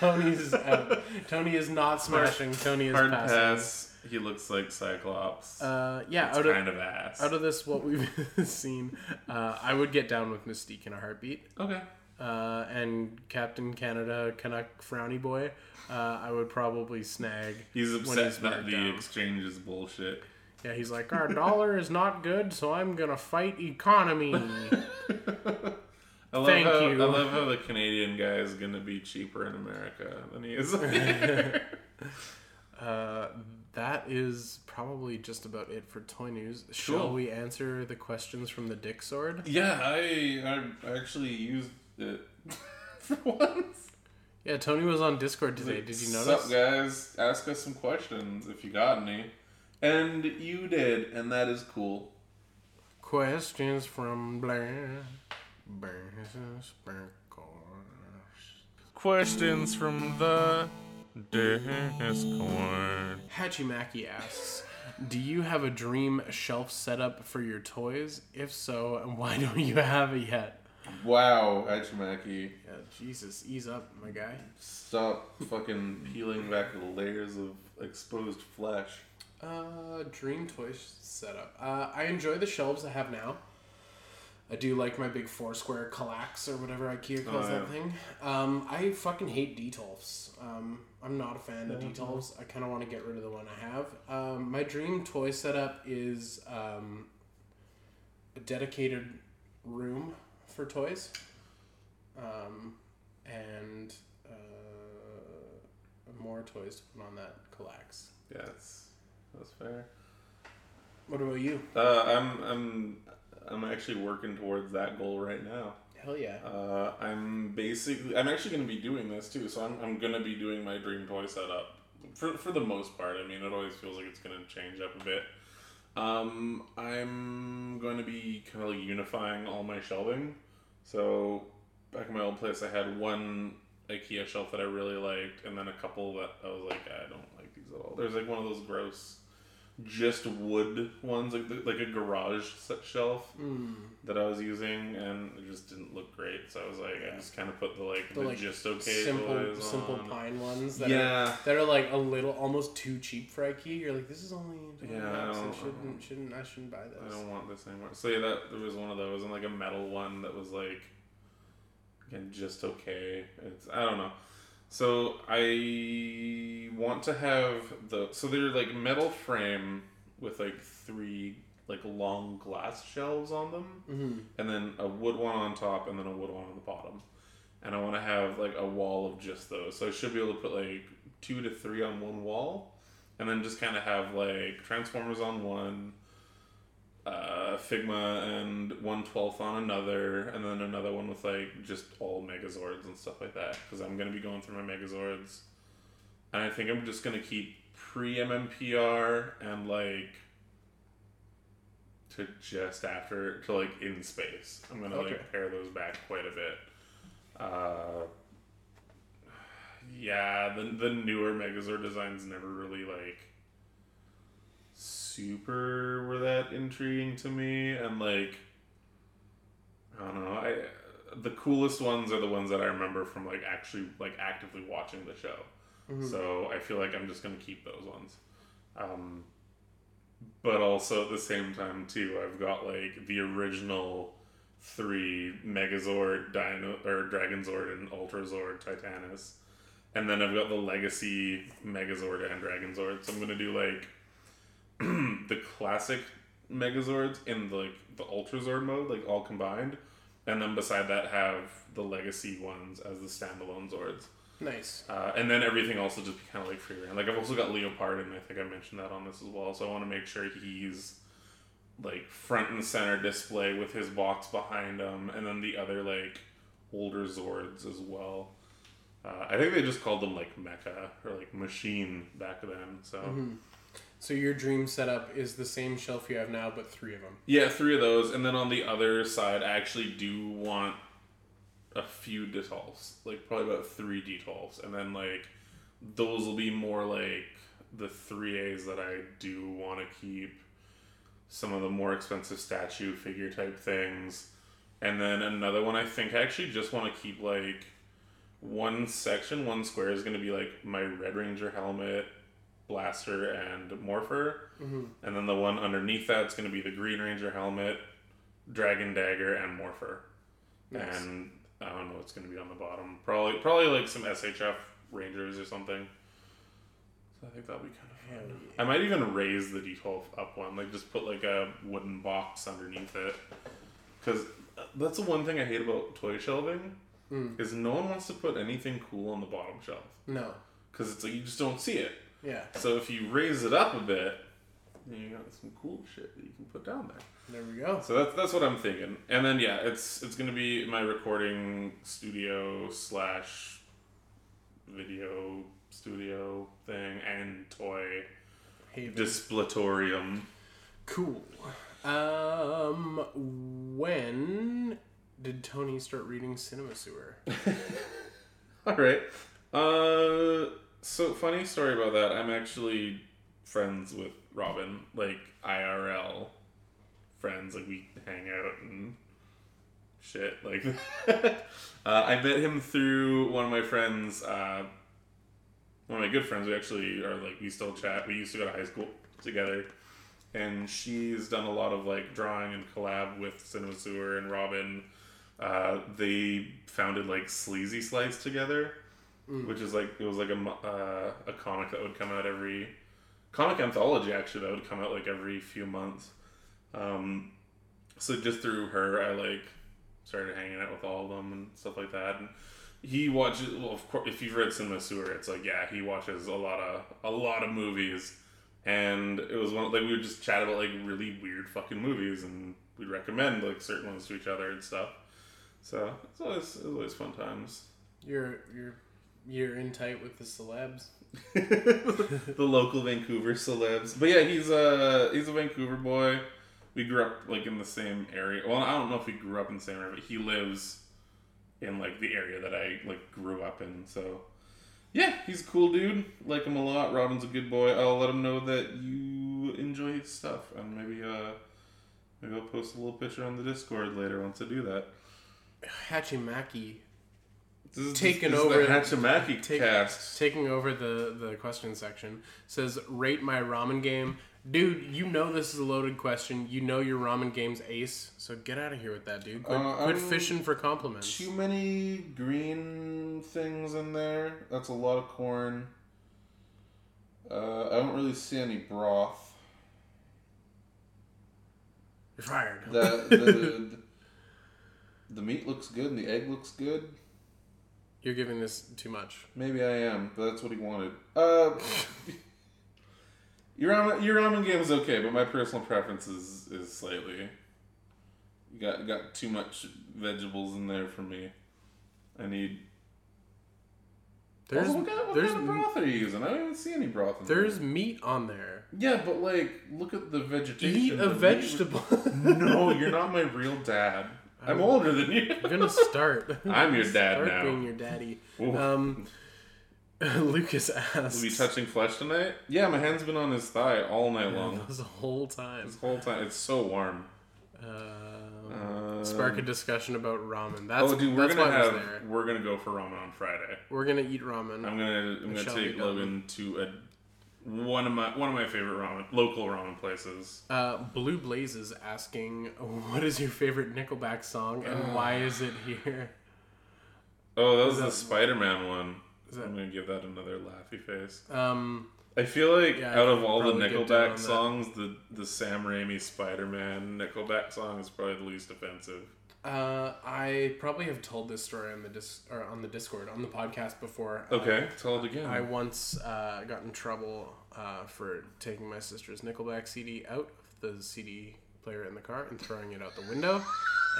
B: tony's out. tony is not smashing tony is
A: Hard
B: passing
A: pass. He looks like Cyclops.
B: Uh, yeah out of
A: kind of ass.
B: out of this what we've seen uh, i would get down with mystique in a heartbeat
A: okay.
B: uh, and Captain Canada Canuck Frowny Boy, uh, I would probably snag.
A: He's upset
B: he's
A: that
B: marked
A: the
B: down.
A: exchange is bullshit.
B: Yeah, he's like, our dollar is not good, so I'm gonna fight economy.
A: I love
B: Thank
A: how,
B: you.
A: I love how the Canadian guy is gonna be cheaper in America than he is. here.
B: uh, that is probably just about it for toy news. Shall
A: Cool.
B: we answer the questions from the Dick Sword?
A: yeah, I I actually used it for once.
B: Yeah, Tony was on Discord today.
A: Like,
B: Did you
A: Sup
B: notice?
A: guys? Ask us some questions if you got any, and you did, and that is cool.
B: Questions from Blair. Burns
A: Questions from the Discord.
B: Hachimaki asks, "Do you have a dream shelf setup for your toys? If so, and why don't you have it yet?"
A: Wow, Hachimaki,
B: Yeah, Jesus, ease up, my guy.
A: stop fucking peeling back the layers of exposed flesh.
B: Uh, dream toy sh- setup. Uh, I enjoy the shelves I have now. I do like my big four square Kallax or whatever IKEA calls
A: Oh,
B: that thing. Um, I fucking hate Detolfs. Um, I'm not a fan of Detolfs. I kind of want to get rid of the one I have. Um, my dream toy setup is um, a dedicated room for toys. Um, and uh, more toys to put on that Kallax.
A: Yeah, that's that's fair.
B: What about you?
A: Uh, I'm I'm I'm actually working towards that goal right now.
B: Hell yeah.
A: Uh, I'm basically I'm actually going to be doing this too. So I'm I'm going to be doing my dream toy setup for for the most part. I mean, it always feels like it's going to change up a bit. Um, I'm going to be kind of like unifying all my shelving. So back in my old place, I had one IKEA shelf that I really liked, and then a couple that I was like, I don't like these at all. There's like one of those gross just wood ones, like the, like a garage set shelf
B: Mm.
A: that I was using, and it just didn't look great. So I was like, I just kind of put the like
B: The,
A: the,
B: like,
A: just okay
B: Simple,
A: toys
B: simple
A: on.
B: pine ones that are
A: yeah,
B: that are like a little almost too cheap for IKEA. You're like, this is only
A: Yeah,
B: yeah,
A: I
B: bucks. I
A: don't-
B: shouldn't shouldn't I shouldn't buy
A: I
B: this.
A: don't want this anymore. So yeah, that there was one of those, and like a metal one that was like, again, just okay. It's I don't know. So I want to have the so they're like metal frame with like three like long glass shelves on them,
B: Mm-hmm.
A: and then a wood one on top, and then a wood one on the bottom. And I want to have like a wall of just those. So I should be able to put like two to three on one wall, and then just kind of have like Transformers on one, uh, Figma and one twelfth on another, and then another one with like just all Megazords and stuff like that. Because I'm gonna be going through my Megazords, and I think I'm just gonna keep pre MMPR and like to just after to like in space. I'm gonna
B: Okay.
A: like pare those back quite a bit. Uh, yeah, the the newer Megazord designs never really like super were that intriguing to me and like i don't know i the coolest ones are the ones that i remember from like actually like actively watching the show
B: mm-hmm.
A: so i feel like i'm just gonna keep those ones um but also at the same time too i've got like the original three megazord dino or dragonzord and ultrazord titanus and then i've got the legacy megazord and dragonzord so i'm gonna do like the classic Megazords in the, like the Ultra Zord mode, like all combined, and then beside that have the legacy ones as the standalone Zords,
B: Nice.
A: uh, and then everything else will just be kind of like free reign. Like I've also got Leopard, and I think I mentioned that on this as well. So I want to make sure he's like front and center display with his box behind him, and then the other like older Zords as well. Uh, I think they just called them like Mecha or like Machine back then. So.
B: Mm-hmm. So your dream setup is the same shelf you have now, but three of them.
A: Yeah, three of those, and then on the other side, I actually do want a few detolfs, like probably about three detolfs, and then like those will be more like the three A's that I do want to keep, some of the more expensive statue figure type things, and then another one I think I actually just want to keep like one section, one square is gonna be like my Red Ranger helmet, blaster, and morpher.
B: Mm-hmm.
A: And then the one underneath that's going to be the Green Ranger helmet, Dragon Dagger, and Morpher.
B: Nice.
A: And I don't know what's going to be on the bottom. Probably, probably like some SHF Rangers or something. So I think that'll be kind of fun. I might even raise the D12 up one, like just put like a wooden box underneath it. Because that's the one thing I hate about toy shelving
B: Mm.
A: is no one wants to put anything cool on the bottom shelf
B: No.
A: because it's like you just don't see it.
B: Yeah.
A: So if you raise it up a bit, then you got some cool shit that you can put down there.
B: There we go.
A: So that's that's what I'm thinking. And then yeah, it's it's gonna be my recording studio slash video studio thing and toy
B: Haven.
A: displatorium.
B: cool. Um, when did Tony start reading Cinema Sewer?
A: All right. Uh, so funny story about that. I'm actually friends with Robin, like IRL friends. Like we hang out and shit. Like, uh, I met him through one of my friends. Uh, one of my good friends. We actually are like we still chat. We used to go to high school together, and she's done a lot of like drawing and collab with Cinema Sewer and Robin. Uh, they founded like Sleazy Slice together,
B: Mm.
A: which is like it was like a mo- uh, a comic that would come out every comic anthology actually that would come out like every few months. Um, so just through her, I like started hanging out with all of them and stuff like that. And he watches well, of course, if you've read Cinema Sewer, it's like yeah, he watches a lot of a lot of movies. And it was one like we would just chat about like really weird fucking movies, and we'd recommend like certain ones to each other and stuff. So it's always it's always fun times.
B: You're you're you're in tight with the celebs.
A: the local Vancouver celebs, but yeah, he's a he's a Vancouver boy. We grew up like in the same area. Well, I don't know if we grew up in the same area, but he lives in like the area that I like grew up in. So yeah, he's a cool dude. Like him a lot. Robin's a good boy. I'll let him know that you you enjoy his stuff, and maybe uh, maybe I'll post a little picture on the Discord later once I do that.
B: Hachimaki
A: This is,
B: Taken
A: this
B: over-
A: is the Hachimaki
B: take-
A: cast.
B: taking over the the question section says rate my ramen game. Dude, you know this is a loaded question. You know your ramen game's ace, so get out of here with that, dude. Quit,
A: Uh,
B: quit
A: I'm-
B: fishing for compliments.
A: Too many green things in there. That's a lot of corn. Uh, I don't really see any broth.
B: You're fired.
A: The, the, the meat looks good and the egg looks good.
B: You're giving this too much.
A: Maybe I am, but that's what he wanted. Uh, your ramen, your ramen game is okay, but my personal preference is, is slightly. You got got too much vegetables in there for me. I need.
B: There's
A: Also, what kind, what
B: there's
A: kind of broth are you using? I don't even see any broth in there.
B: there's meat on there.
A: Yeah, but like, look at the vegetation.
B: Eat
A: The
B: a
A: meat-
B: vegetable. Oh.
A: no, you're not my real dad. I'm older than you.
B: I'm gonna start.
A: I'm your dad
B: start
A: now.
B: Being your daddy.
A: Ooh.
B: Um, Lucas asks.
A: Will be touching flesh tonight? Yeah, my hand's been on his thigh all night long.
B: This whole time.
A: This whole time, it's so warm.
B: Um,
A: Um,
B: spark a discussion about ramen. That's,
A: Oh, dude, we're
B: that's
A: gonna
B: why I was
A: have Um,
B: there.
A: we're gonna go for ramen on Friday.
B: We're gonna eat ramen.
A: I'm gonna I'm gonna
B: shall
A: take
B: be done.
A: Logan to a one of my one of my favorite ramen local ramen places.
B: Uh, Blue Blazes asking, "What is your favorite Nickelback song and
A: Uh.
B: why is it here?"
A: Oh, that was
B: that-
A: the Spider Man one.
B: Is that-
A: I'm gonna give that another laughy face.
B: Um,
A: I feel like
B: Yeah, I
A: out
B: could
A: of all the
B: probably get down on
A: Nickelback
B: that.
A: songs, the the Sam Raimi Spider Man Nickelback song is probably the least offensive.
B: uh, I probably have told this story on the dis- or on the Discord on the podcast before. Uh,
A: Okay, tell it again.
B: I once uh, got in trouble uh, for taking my sister's Nickelback CD out of the CD player in the car and throwing it out the window,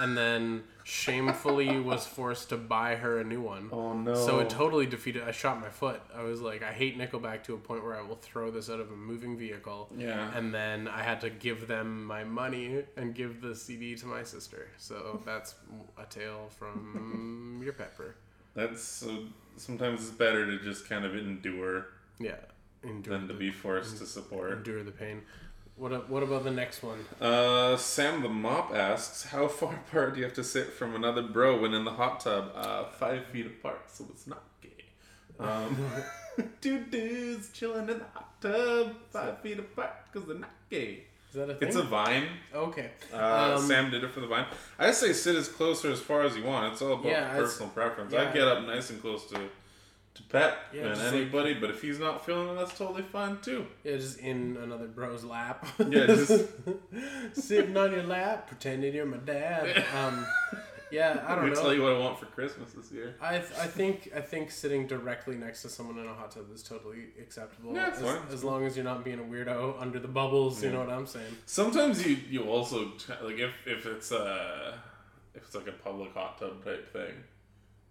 B: and then shamefully was forced to buy her a new one.
A: oh no!
B: So it totally defeated. I shot my foot. I was like, I hate Nickelback to a point where I will throw this out of a moving vehicle.
A: yeah.
B: And then I had to give them my money and give the CD to my sister. So that's a tale from your pepper.
A: That's so. Sometimes it's better to just kind of endure
B: Yeah, endure,
A: than to
B: the,
A: be forced to support.
B: endure the pain. What a- what about the next one?
A: Uh, Sam the Mop asks, "How far apart do you have to sit from another bro when in the hot tub?" Uh, five feet apart, so it's not gay. Um, two dudes chilling in the hot tub, five feet apart, because they're not gay.
B: Is that a thing?
A: It's a vine.
B: okay.
A: Uh,
B: Um,
A: Sam did it for the vine. I say sit as close or as far as you want. It's all about
B: Yeah, it's-
A: personal preference.
B: yeah.
A: I get up nice and close to to Pep
B: Yeah,
A: and
B: just like-
A: anybody, but if he's not feeling it, that's totally fine too.
B: Yeah, just in another bro's lap.
A: Yeah, just-
B: sitting on your lap, pretending you're my dad. Um, yeah, I
A: I'm
B: don't
A: gonna
B: know.
A: tell you what I want for Christmas this year.
B: I, I think I think sitting directly next to someone in a hot tub is totally acceptable.
A: Yeah, it's
B: as,
A: fine.
B: as long as you're not being a weirdo under the bubbles. You
A: Yeah.
B: know what I'm saying?
A: Sometimes you you also t- like if if it's uh if it's like a public hot tub type thing,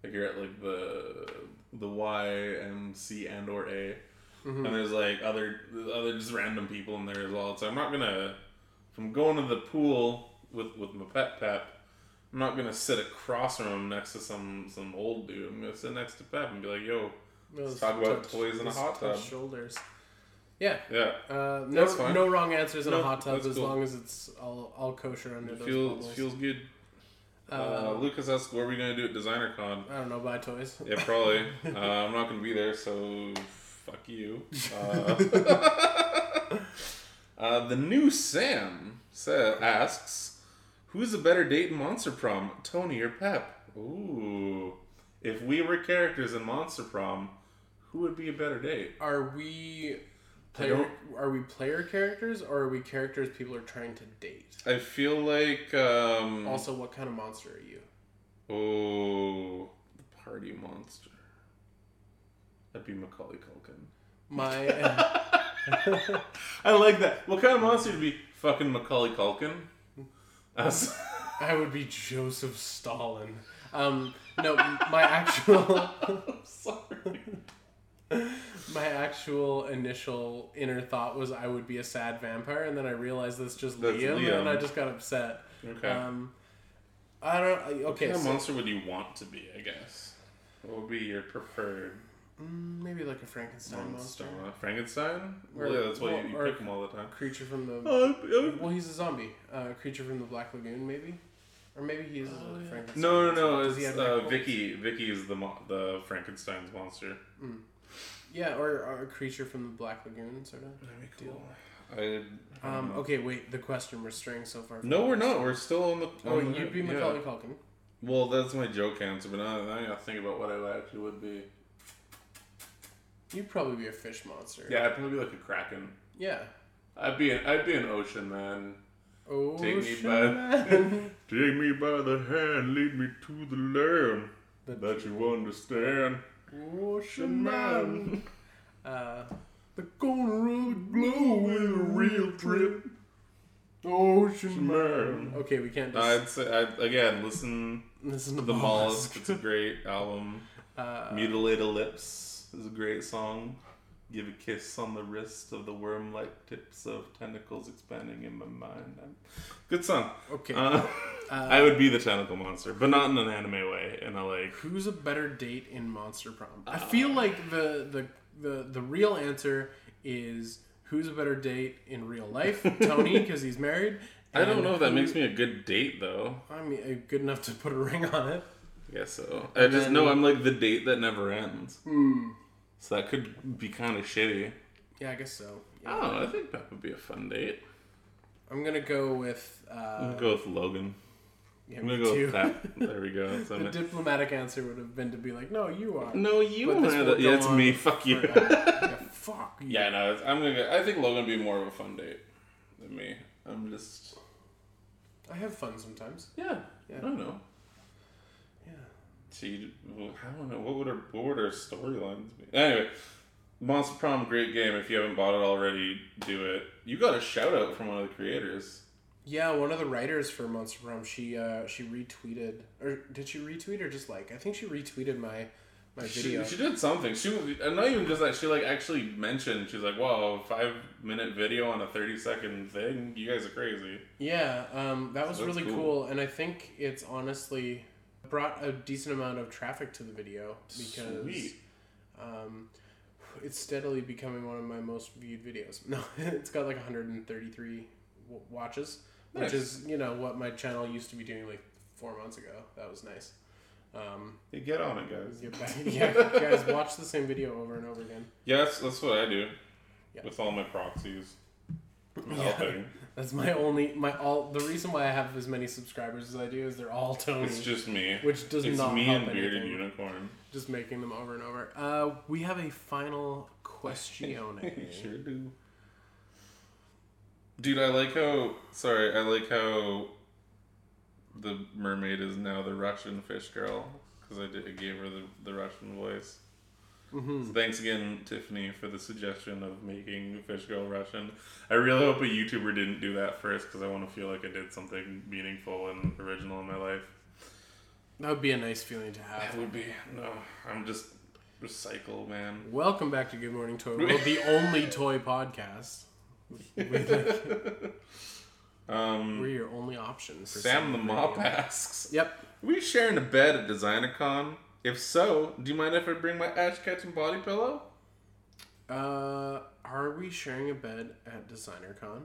A: like you're at like the the Y and C and or A,
B: Mm-hmm. Hmm.
A: and there's like other other just random people in there as well. So I'm not gonna if I'm going to the pool with with my pet pep, I'm not gonna sit across from him next to some some old dude. I'm gonna sit next to Pep and be like, yo,
B: Let's
A: talk about toys in a
B: let's
A: hot
B: touch
A: tub.
B: Shoulders. Yeah.
A: yeah,
B: Uh, no,
A: That's fine.
B: no wrong answers in a
A: No,
B: hot tub
A: that's
B: as
A: cool.
B: long as it's all all kosher under
A: it
B: those
A: feels
B: bubbles.
A: feels good.
B: uh,
A: Uh, Lucas asks, "What are we gonna do at Designer Con?"
B: I don't know. Buy toys.
A: Yeah, probably. Uh, I'm not gonna be there, so fuck you. Uh, uh, the new Sam sa- asks, "Who's a better date in Monster Prom, Tony or Pep?" Ooh, if we were characters in Monster Prom, who would be a better date?
B: Are we
A: I
B: player?
A: don't-
B: Are we player characters or are we characters people are trying to date?
A: I feel like um,
B: Also, what kind of monster are you?
A: oh, the party monster. That'd be Macaulay Culkin.
B: My.
A: I like that. What kind of monster would be fucking Macaulay Culkin? That's-
B: I would be Joseph Stalin. Um, no, my actual,
A: I'm sorry.
B: my actual initial inner thought was I would be a sad vampire, and then I realized that's just
A: That's
B: Liam,
A: Liam.
B: and I just got upset.
A: Okay.
B: Um, I don't. I-
A: what
B: Okay,
A: kind of
B: so
A: monster would you want to be? I guess. What would be your preferred?
B: Mm, maybe like a Frankenstein monster.
A: Uh, Frankenstein?
B: Or-
A: Well, yeah, that's why
B: well,
A: you, you
B: or-
A: pick him all the time.
B: Creature from the.
A: Oh, I-
B: Well, he's a zombie. Uh, creature from the Black Lagoon, maybe? Or maybe he is
A: Oh,
B: a
A: yeah. I-
B: Frankenstein.
A: no, no, no. It's
B: Does he have
A: uh,
B: necrophiles?
A: Vicky. Vicky is the mo- the Frankenstein's monster.
B: Yeah, or, or a creature from the Black Lagoon, sort of. cool.
A: I, I don't
B: Um,
A: know.
B: okay, wait. The question we're straying so far. from
A: No,
B: the
A: we're
B: question.
A: not. We're still on the.
B: Oh,
A: on the-
B: you'd be
A: yeah.
B: Macaulay Culkin.
A: Well, that's my joke answer, but now, now I gotta think about what I actually would be.
B: You'd probably be a fish monster.
A: Yeah, I'd probably be like a kraken.
B: Yeah.
A: I'd be an I'd be an ocean man.
B: Oh,
A: Take me
B: shit.
A: by- Take me by the hand, lead me to the land
B: That
A: you understand.
B: Ocean man. Uh, the corner of the globe is a real trip. Ocean man.
A: Man.
B: Okay, we can't. Dis-
A: I'd say I'd, again listen
B: listen to
A: to the mollusk. It's a great album.
B: Oh Uh,
A: Mutilated lips is a great song. Give a kiss on the wrist of the worm-like tips of tentacles expanding in my mind. I'm- Good song.
B: okay.
A: Uh, I would be the tentacle monster, but not in an anime way. In a like,
B: Who's a better date in Monster Prom?
A: Uh,
B: I feel like the the the, the real answer is who's a better date in real life? Tony, because he's married.
A: I don't
B: and
A: know if that
B: who-
A: makes me a good date though.
B: I mean, uh, good enough to put a ring on it.
A: I guess so. I just
B: then- Hmm.
A: know I'm like the date that never ends. So that could be kind of shitty.
B: Yeah, I guess so. Yeah.
A: Oh, I think that would be a fun date.
B: I'm gonna go with.
A: I'm
B: Uh,
A: gonna go with Logan.
B: yeah,
A: I'm
B: me
A: gonna go
B: too.
A: with that. There we go. That's
B: the
A: on it.
B: diplomatic answer would have been to be like, "No, you are."
A: no, you
B: But this
A: are
B: will
A: the- Yeah,
B: go
A: it's
B: on
A: me. Fuck you.
B: forever. yeah, fuck. you.
A: yeah, no, it's, I'm gonna. Go, I think Logan would be more of a fun date than me. I'm just.
B: I have fun sometimes.
A: Yeah.
B: Yeah.
A: I don't know.
B: Yeah.
A: See, I don't know what would our what would our storylines be. Anyway, Monster Prom, great game. If you haven't bought it already, do it. You got a shout out from one of the creators.
B: Yeah, one of the writers for Monster Prom, she uh, she retweeted, or did she retweet or just like? I think she retweeted my my video.
A: She, she did something. She and not even just that. She like actually mentioned. She's like, "Wow, a five minute video on a thirty second thing. You guys are crazy."
B: yeah, um, that was
A: That's
B: really
A: cool.
B: cool. and I think it's honestly brought a decent amount of traffic to the video because
A: Sweet.
B: um, it's steadily becoming one of my most viewed videos. No, it's got like 133 w- watches,
A: Nice.
B: which is you know what my channel used to be doing like four months ago. That was nice. Um,
A: Hey, get on it, guys.
B: Get back. Yeah, guys, watch the same video over and over again.
A: Yeah, that's, that's what I do
B: Yeah.
A: with all my proxies.
B: Yeah. That's my only my all. The reason why I have as many subscribers as I do is they're all Tony,
A: It's just me.
B: which Mm-hmm. does
A: It's
B: not
A: me
B: help
A: and
B: anything.
A: bearded unicorn.
B: Just making them over and over. Uh, we have a final question.
A: sure do. Dude, I like how. Sorry, I like how the mermaid is now the Russian fish girl because I, did- I gave her the, the Russian voice.
B: Mhm.
A: So thanks again, Tiffany, for the suggestion of making fish girl Russian. I really hope a YouTuber didn't do that first because I want to feel like I did something meaningful and original in my life.
B: That would be a nice feeling to
A: That
B: have.
A: would be no. I'm just recycle, man.
B: Welcome back to Good Morning Toy World, the only toy podcast. We're
A: um,
B: your only option. For
A: Sam the
B: something
A: Mop
B: premium.
A: asks,
B: Yep.
A: We sharing a bed at DesignerCon? If so, do you mind if I bring my ash catching body pillow?
B: Uh, are we sharing a bed at DesignerCon?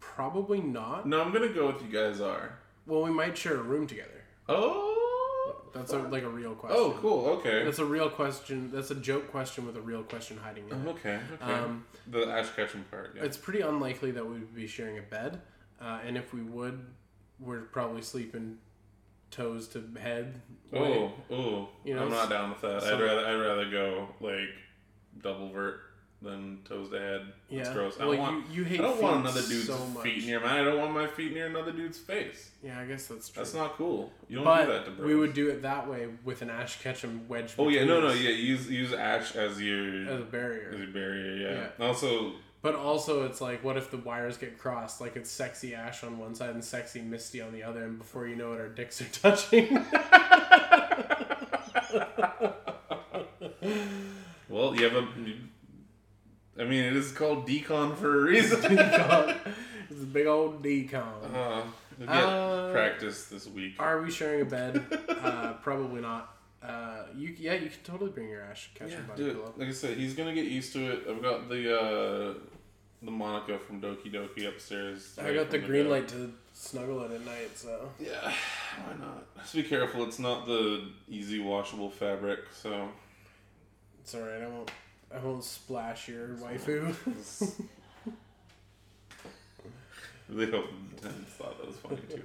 B: Probably not.
A: No, I'm gonna go with you guys are.
B: Well, we might share a room together.
A: Oh,
B: That's a, like a real question.
A: oh, cool. Okay,
B: That's a real question. That's a joke question with a real question hiding in it.
A: okay, okay.
B: Um,
A: the ash catching part. Uh-huh. Yeah.
B: It's pretty unlikely that we would be sharing a bed, uh, and if we would, we're probably sleeping toes to head. way.
A: Oh, oh.
B: You know,
A: I'm not down with that. I'd
B: some-
A: rather I'd rather go like double vert than toes to head. That's
B: yeah.
A: gross. I
B: Well,
A: don't want.
B: you, you hate
A: I don't want
B: feet
A: another dude's
B: so much.
A: feet near mine. I don't want my feet near another dude's face.
B: Yeah, I guess that's true.
A: That's not cool. You don't
B: but
A: do that to bros.
B: we would do it that way with an Ash Ketchum wedge.
A: Oh yeah, no,
B: between
A: no,
B: us
A: yeah. Use use ash as your
B: As a
A: as
B: barrier.
A: your barrier. Yeah. Also,
B: But also, it's like, what if the wires get crossed? Like, it's sexy Ash on one side and sexy Misty on the other, and before you know it, our dicks are touching.
A: well, you have a. you- I mean, it is called decon for a reason.
B: it's a big old decon.
A: uh, we get
B: Uh,
A: practice this week.
B: Are we sharing a bed? Uh, probably not. Uh, you yeah, you can totally bring your Ash Ketchum
A: Yeah,
B: bunny
A: dude.
B: pillow.
A: Like I said, he's gonna get used to it. I've got the uh, the Monica from Doki Doki upstairs.
B: I
A: right
B: got the
A: from
B: green
A: bed.
B: light to snuggle it at night, so
A: Yeah, why not? Just be careful. It's not the easy washable fabric, so
B: it's all right. I won't I won't splash your waifu.
A: it's- they hope the tenants thought that was funny too.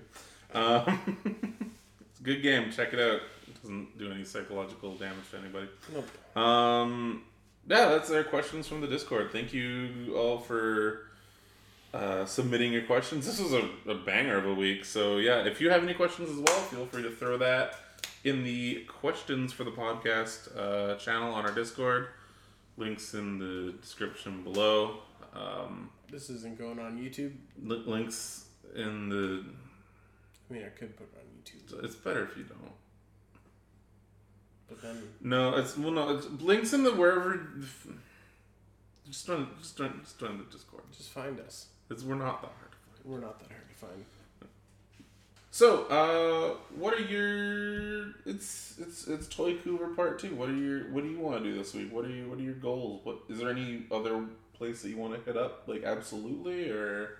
A: Um, it's a good game. Check it out. It doesn't do any psychological damage to anybody.
B: nope.
A: Um, yeah, that's our questions from the Discord. Thank you all for uh, submitting your questions. This was a, a banger of a week. So, yeah, if you have any questions as well, feel free to throw that in the questions for the podcast uh, channel on our Discord. Links in the description below. Um,
B: This isn't going on YouTube.
A: li- links in the.
B: I mean, I could put it on YouTube,
A: It's better if you don't.
B: but then
A: No, it's well, no, it's links in the wherever. Just join, just join, just join the Discord.
B: just find us.
A: It's, we're not that hard to find.
B: We're not that hard to find.
A: So, uh, what are your? It's it's it's Toy Coover Part Two. What are your? What do you want to do this week? What are you? What are your goals? What is there any other place that you want to hit up? Like absolutely or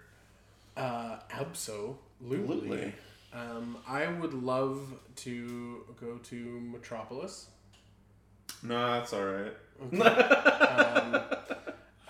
B: Uh, absolutely.
A: Absolutely.
B: Um, I would love to go to Metropolis.
A: nah, that's all right.
B: Okay. um,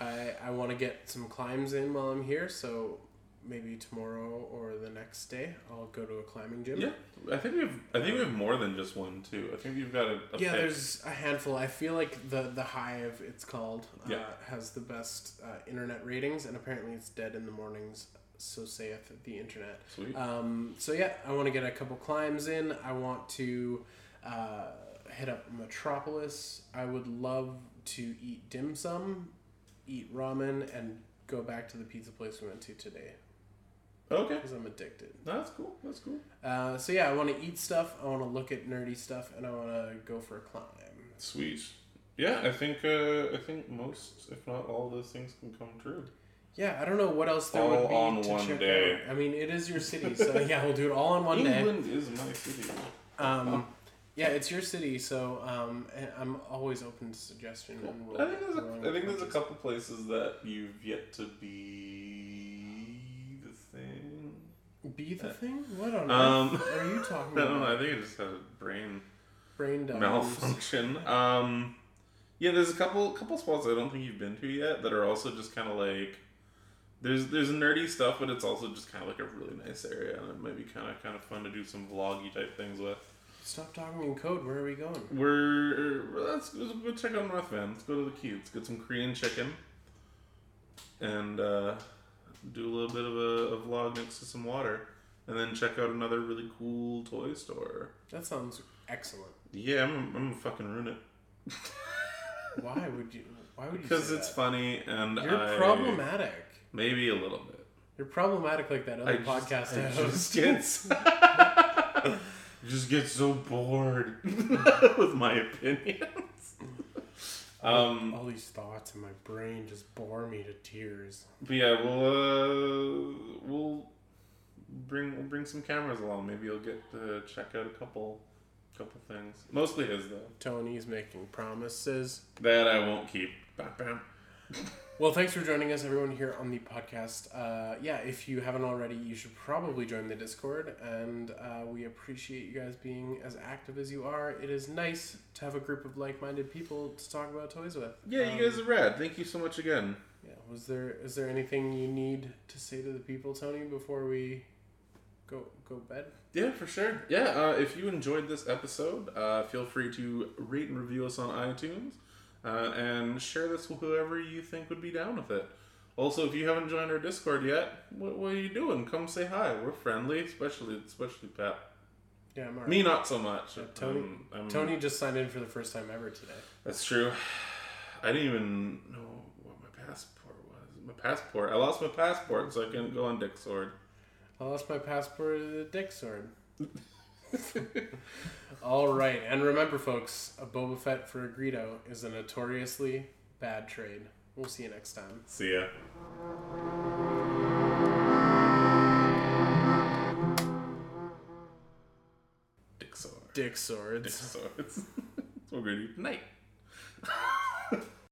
B: I I want to get some climbs in while I'm here, so maybe tomorrow or the next day I'll go to a climbing gym.
A: Yeah, I think we have. I think we have more than just one too. I think you've got a. a
B: Yeah,
A: pick.
B: there's a handful. I feel like the the Hive, it's called, uh,
A: Yeah.
B: has the best uh, internet ratings, and apparently it's dead in the mornings. So saith the internet.
A: Sweet.
B: Um, so yeah, I want to get a couple climbs in. I want to uh, hit up Metropolis. I would love to eat dim sum, eat ramen, and go back to the pizza place we went to today
A: okay,
B: because I'm addicted.
A: No, that's cool. That's cool.
B: Uh, so yeah, I want to eat stuff. I want to look at nerdy stuff, and I want to go for a climb.
A: Sweet. Yeah, I think uh, I think most, if not all, of those things can come true.
B: Yeah, I don't know what else there
A: All
B: would be
A: on
B: to
A: one
B: check
A: day.
B: out. I mean, it is your city, so yeah, we'll do it all on one day.
A: England is my city.
B: Um, yeah, it's your city, so um, and I'm always open to suggestion. And we'll,
A: I think there's
B: we'll-
A: a, I think there's a couple places that you've yet to be the thing.
B: Be the thing? What on
A: Um,
B: earth are you talking
A: I don't
B: about?
A: know. I think I just had a brain
B: Brain dump.
A: malfunction. Um, yeah, there's a couple couple spots I don't think you've been to yet that are also just kind of like there's there's nerdy stuff, but it's also just kind of like a really nice area, and it might be kind of kind of fun to do some vloggy type things with.
B: Stop talking in code. Where are we going?
A: We're let's, let's go check out North Van. Let's go to the queue. Let's get some Korean chicken, and uh, do a little bit of a, a vlog next to some water, and then check out another really cool toy store.
B: That sounds excellent.
A: Yeah, I'm I'm gonna fucking ruin it
B: Why would you? Why would you?
A: because
B: say
A: it's
B: that?
A: funny and
B: You're
A: I,
B: problematic.
A: Maybe a little bit.
B: You're problematic like that other podcast
A: just,
B: I,
A: I
B: host.
A: just gets just get so bored with my opinions. Um,
B: All these thoughts in my brain just bore me to tears.
A: But yeah, we'll uh, we'll bring we'll bring some cameras along. Maybe you'll get to check out a couple couple things. Mostly his though.
B: Tony's making promises.
A: That I won't keep. Bam, bam.
B: Well, thanks for joining us, everyone, here on the podcast. Uh, yeah, if you haven't already, you should probably join the Discord, and uh, we appreciate you guys being as active as you are. It is nice to have a group of like-minded people to talk about toys with.
A: Yeah, you
B: Um,
A: guys are rad. Thank you so much again.
B: Yeah, was there is there anything you need to say to the people, Tony, before we go go bed?
A: Yeah, for sure. Yeah, uh, if you enjoyed this episode, uh, feel free to rate and review us on iTunes uh, and share this with whoever you think would be down with it. Also, if you haven't joined our Discord yet, what, what are you doing? Come say hi. We're friendly, especially especially Pep.
B: Yeah, I'm alright.
A: Me, not so much.
B: Yeah, Tony-
A: Um, I'm-
B: Tony just signed in for the first time ever today.
A: That's true. I didn't even know what my passport was. My passport. I lost my passport, so I couldn't go on Dick Sword.
B: I lost my passport to the dick sword. All right, and remember, folks, a Boba Fett for a Greedo is a notoriously bad trade. We'll see you next time.
A: See ya. Dick Sword.
B: Dick swords.
A: Dick swords. That's what we're gonna do tonight.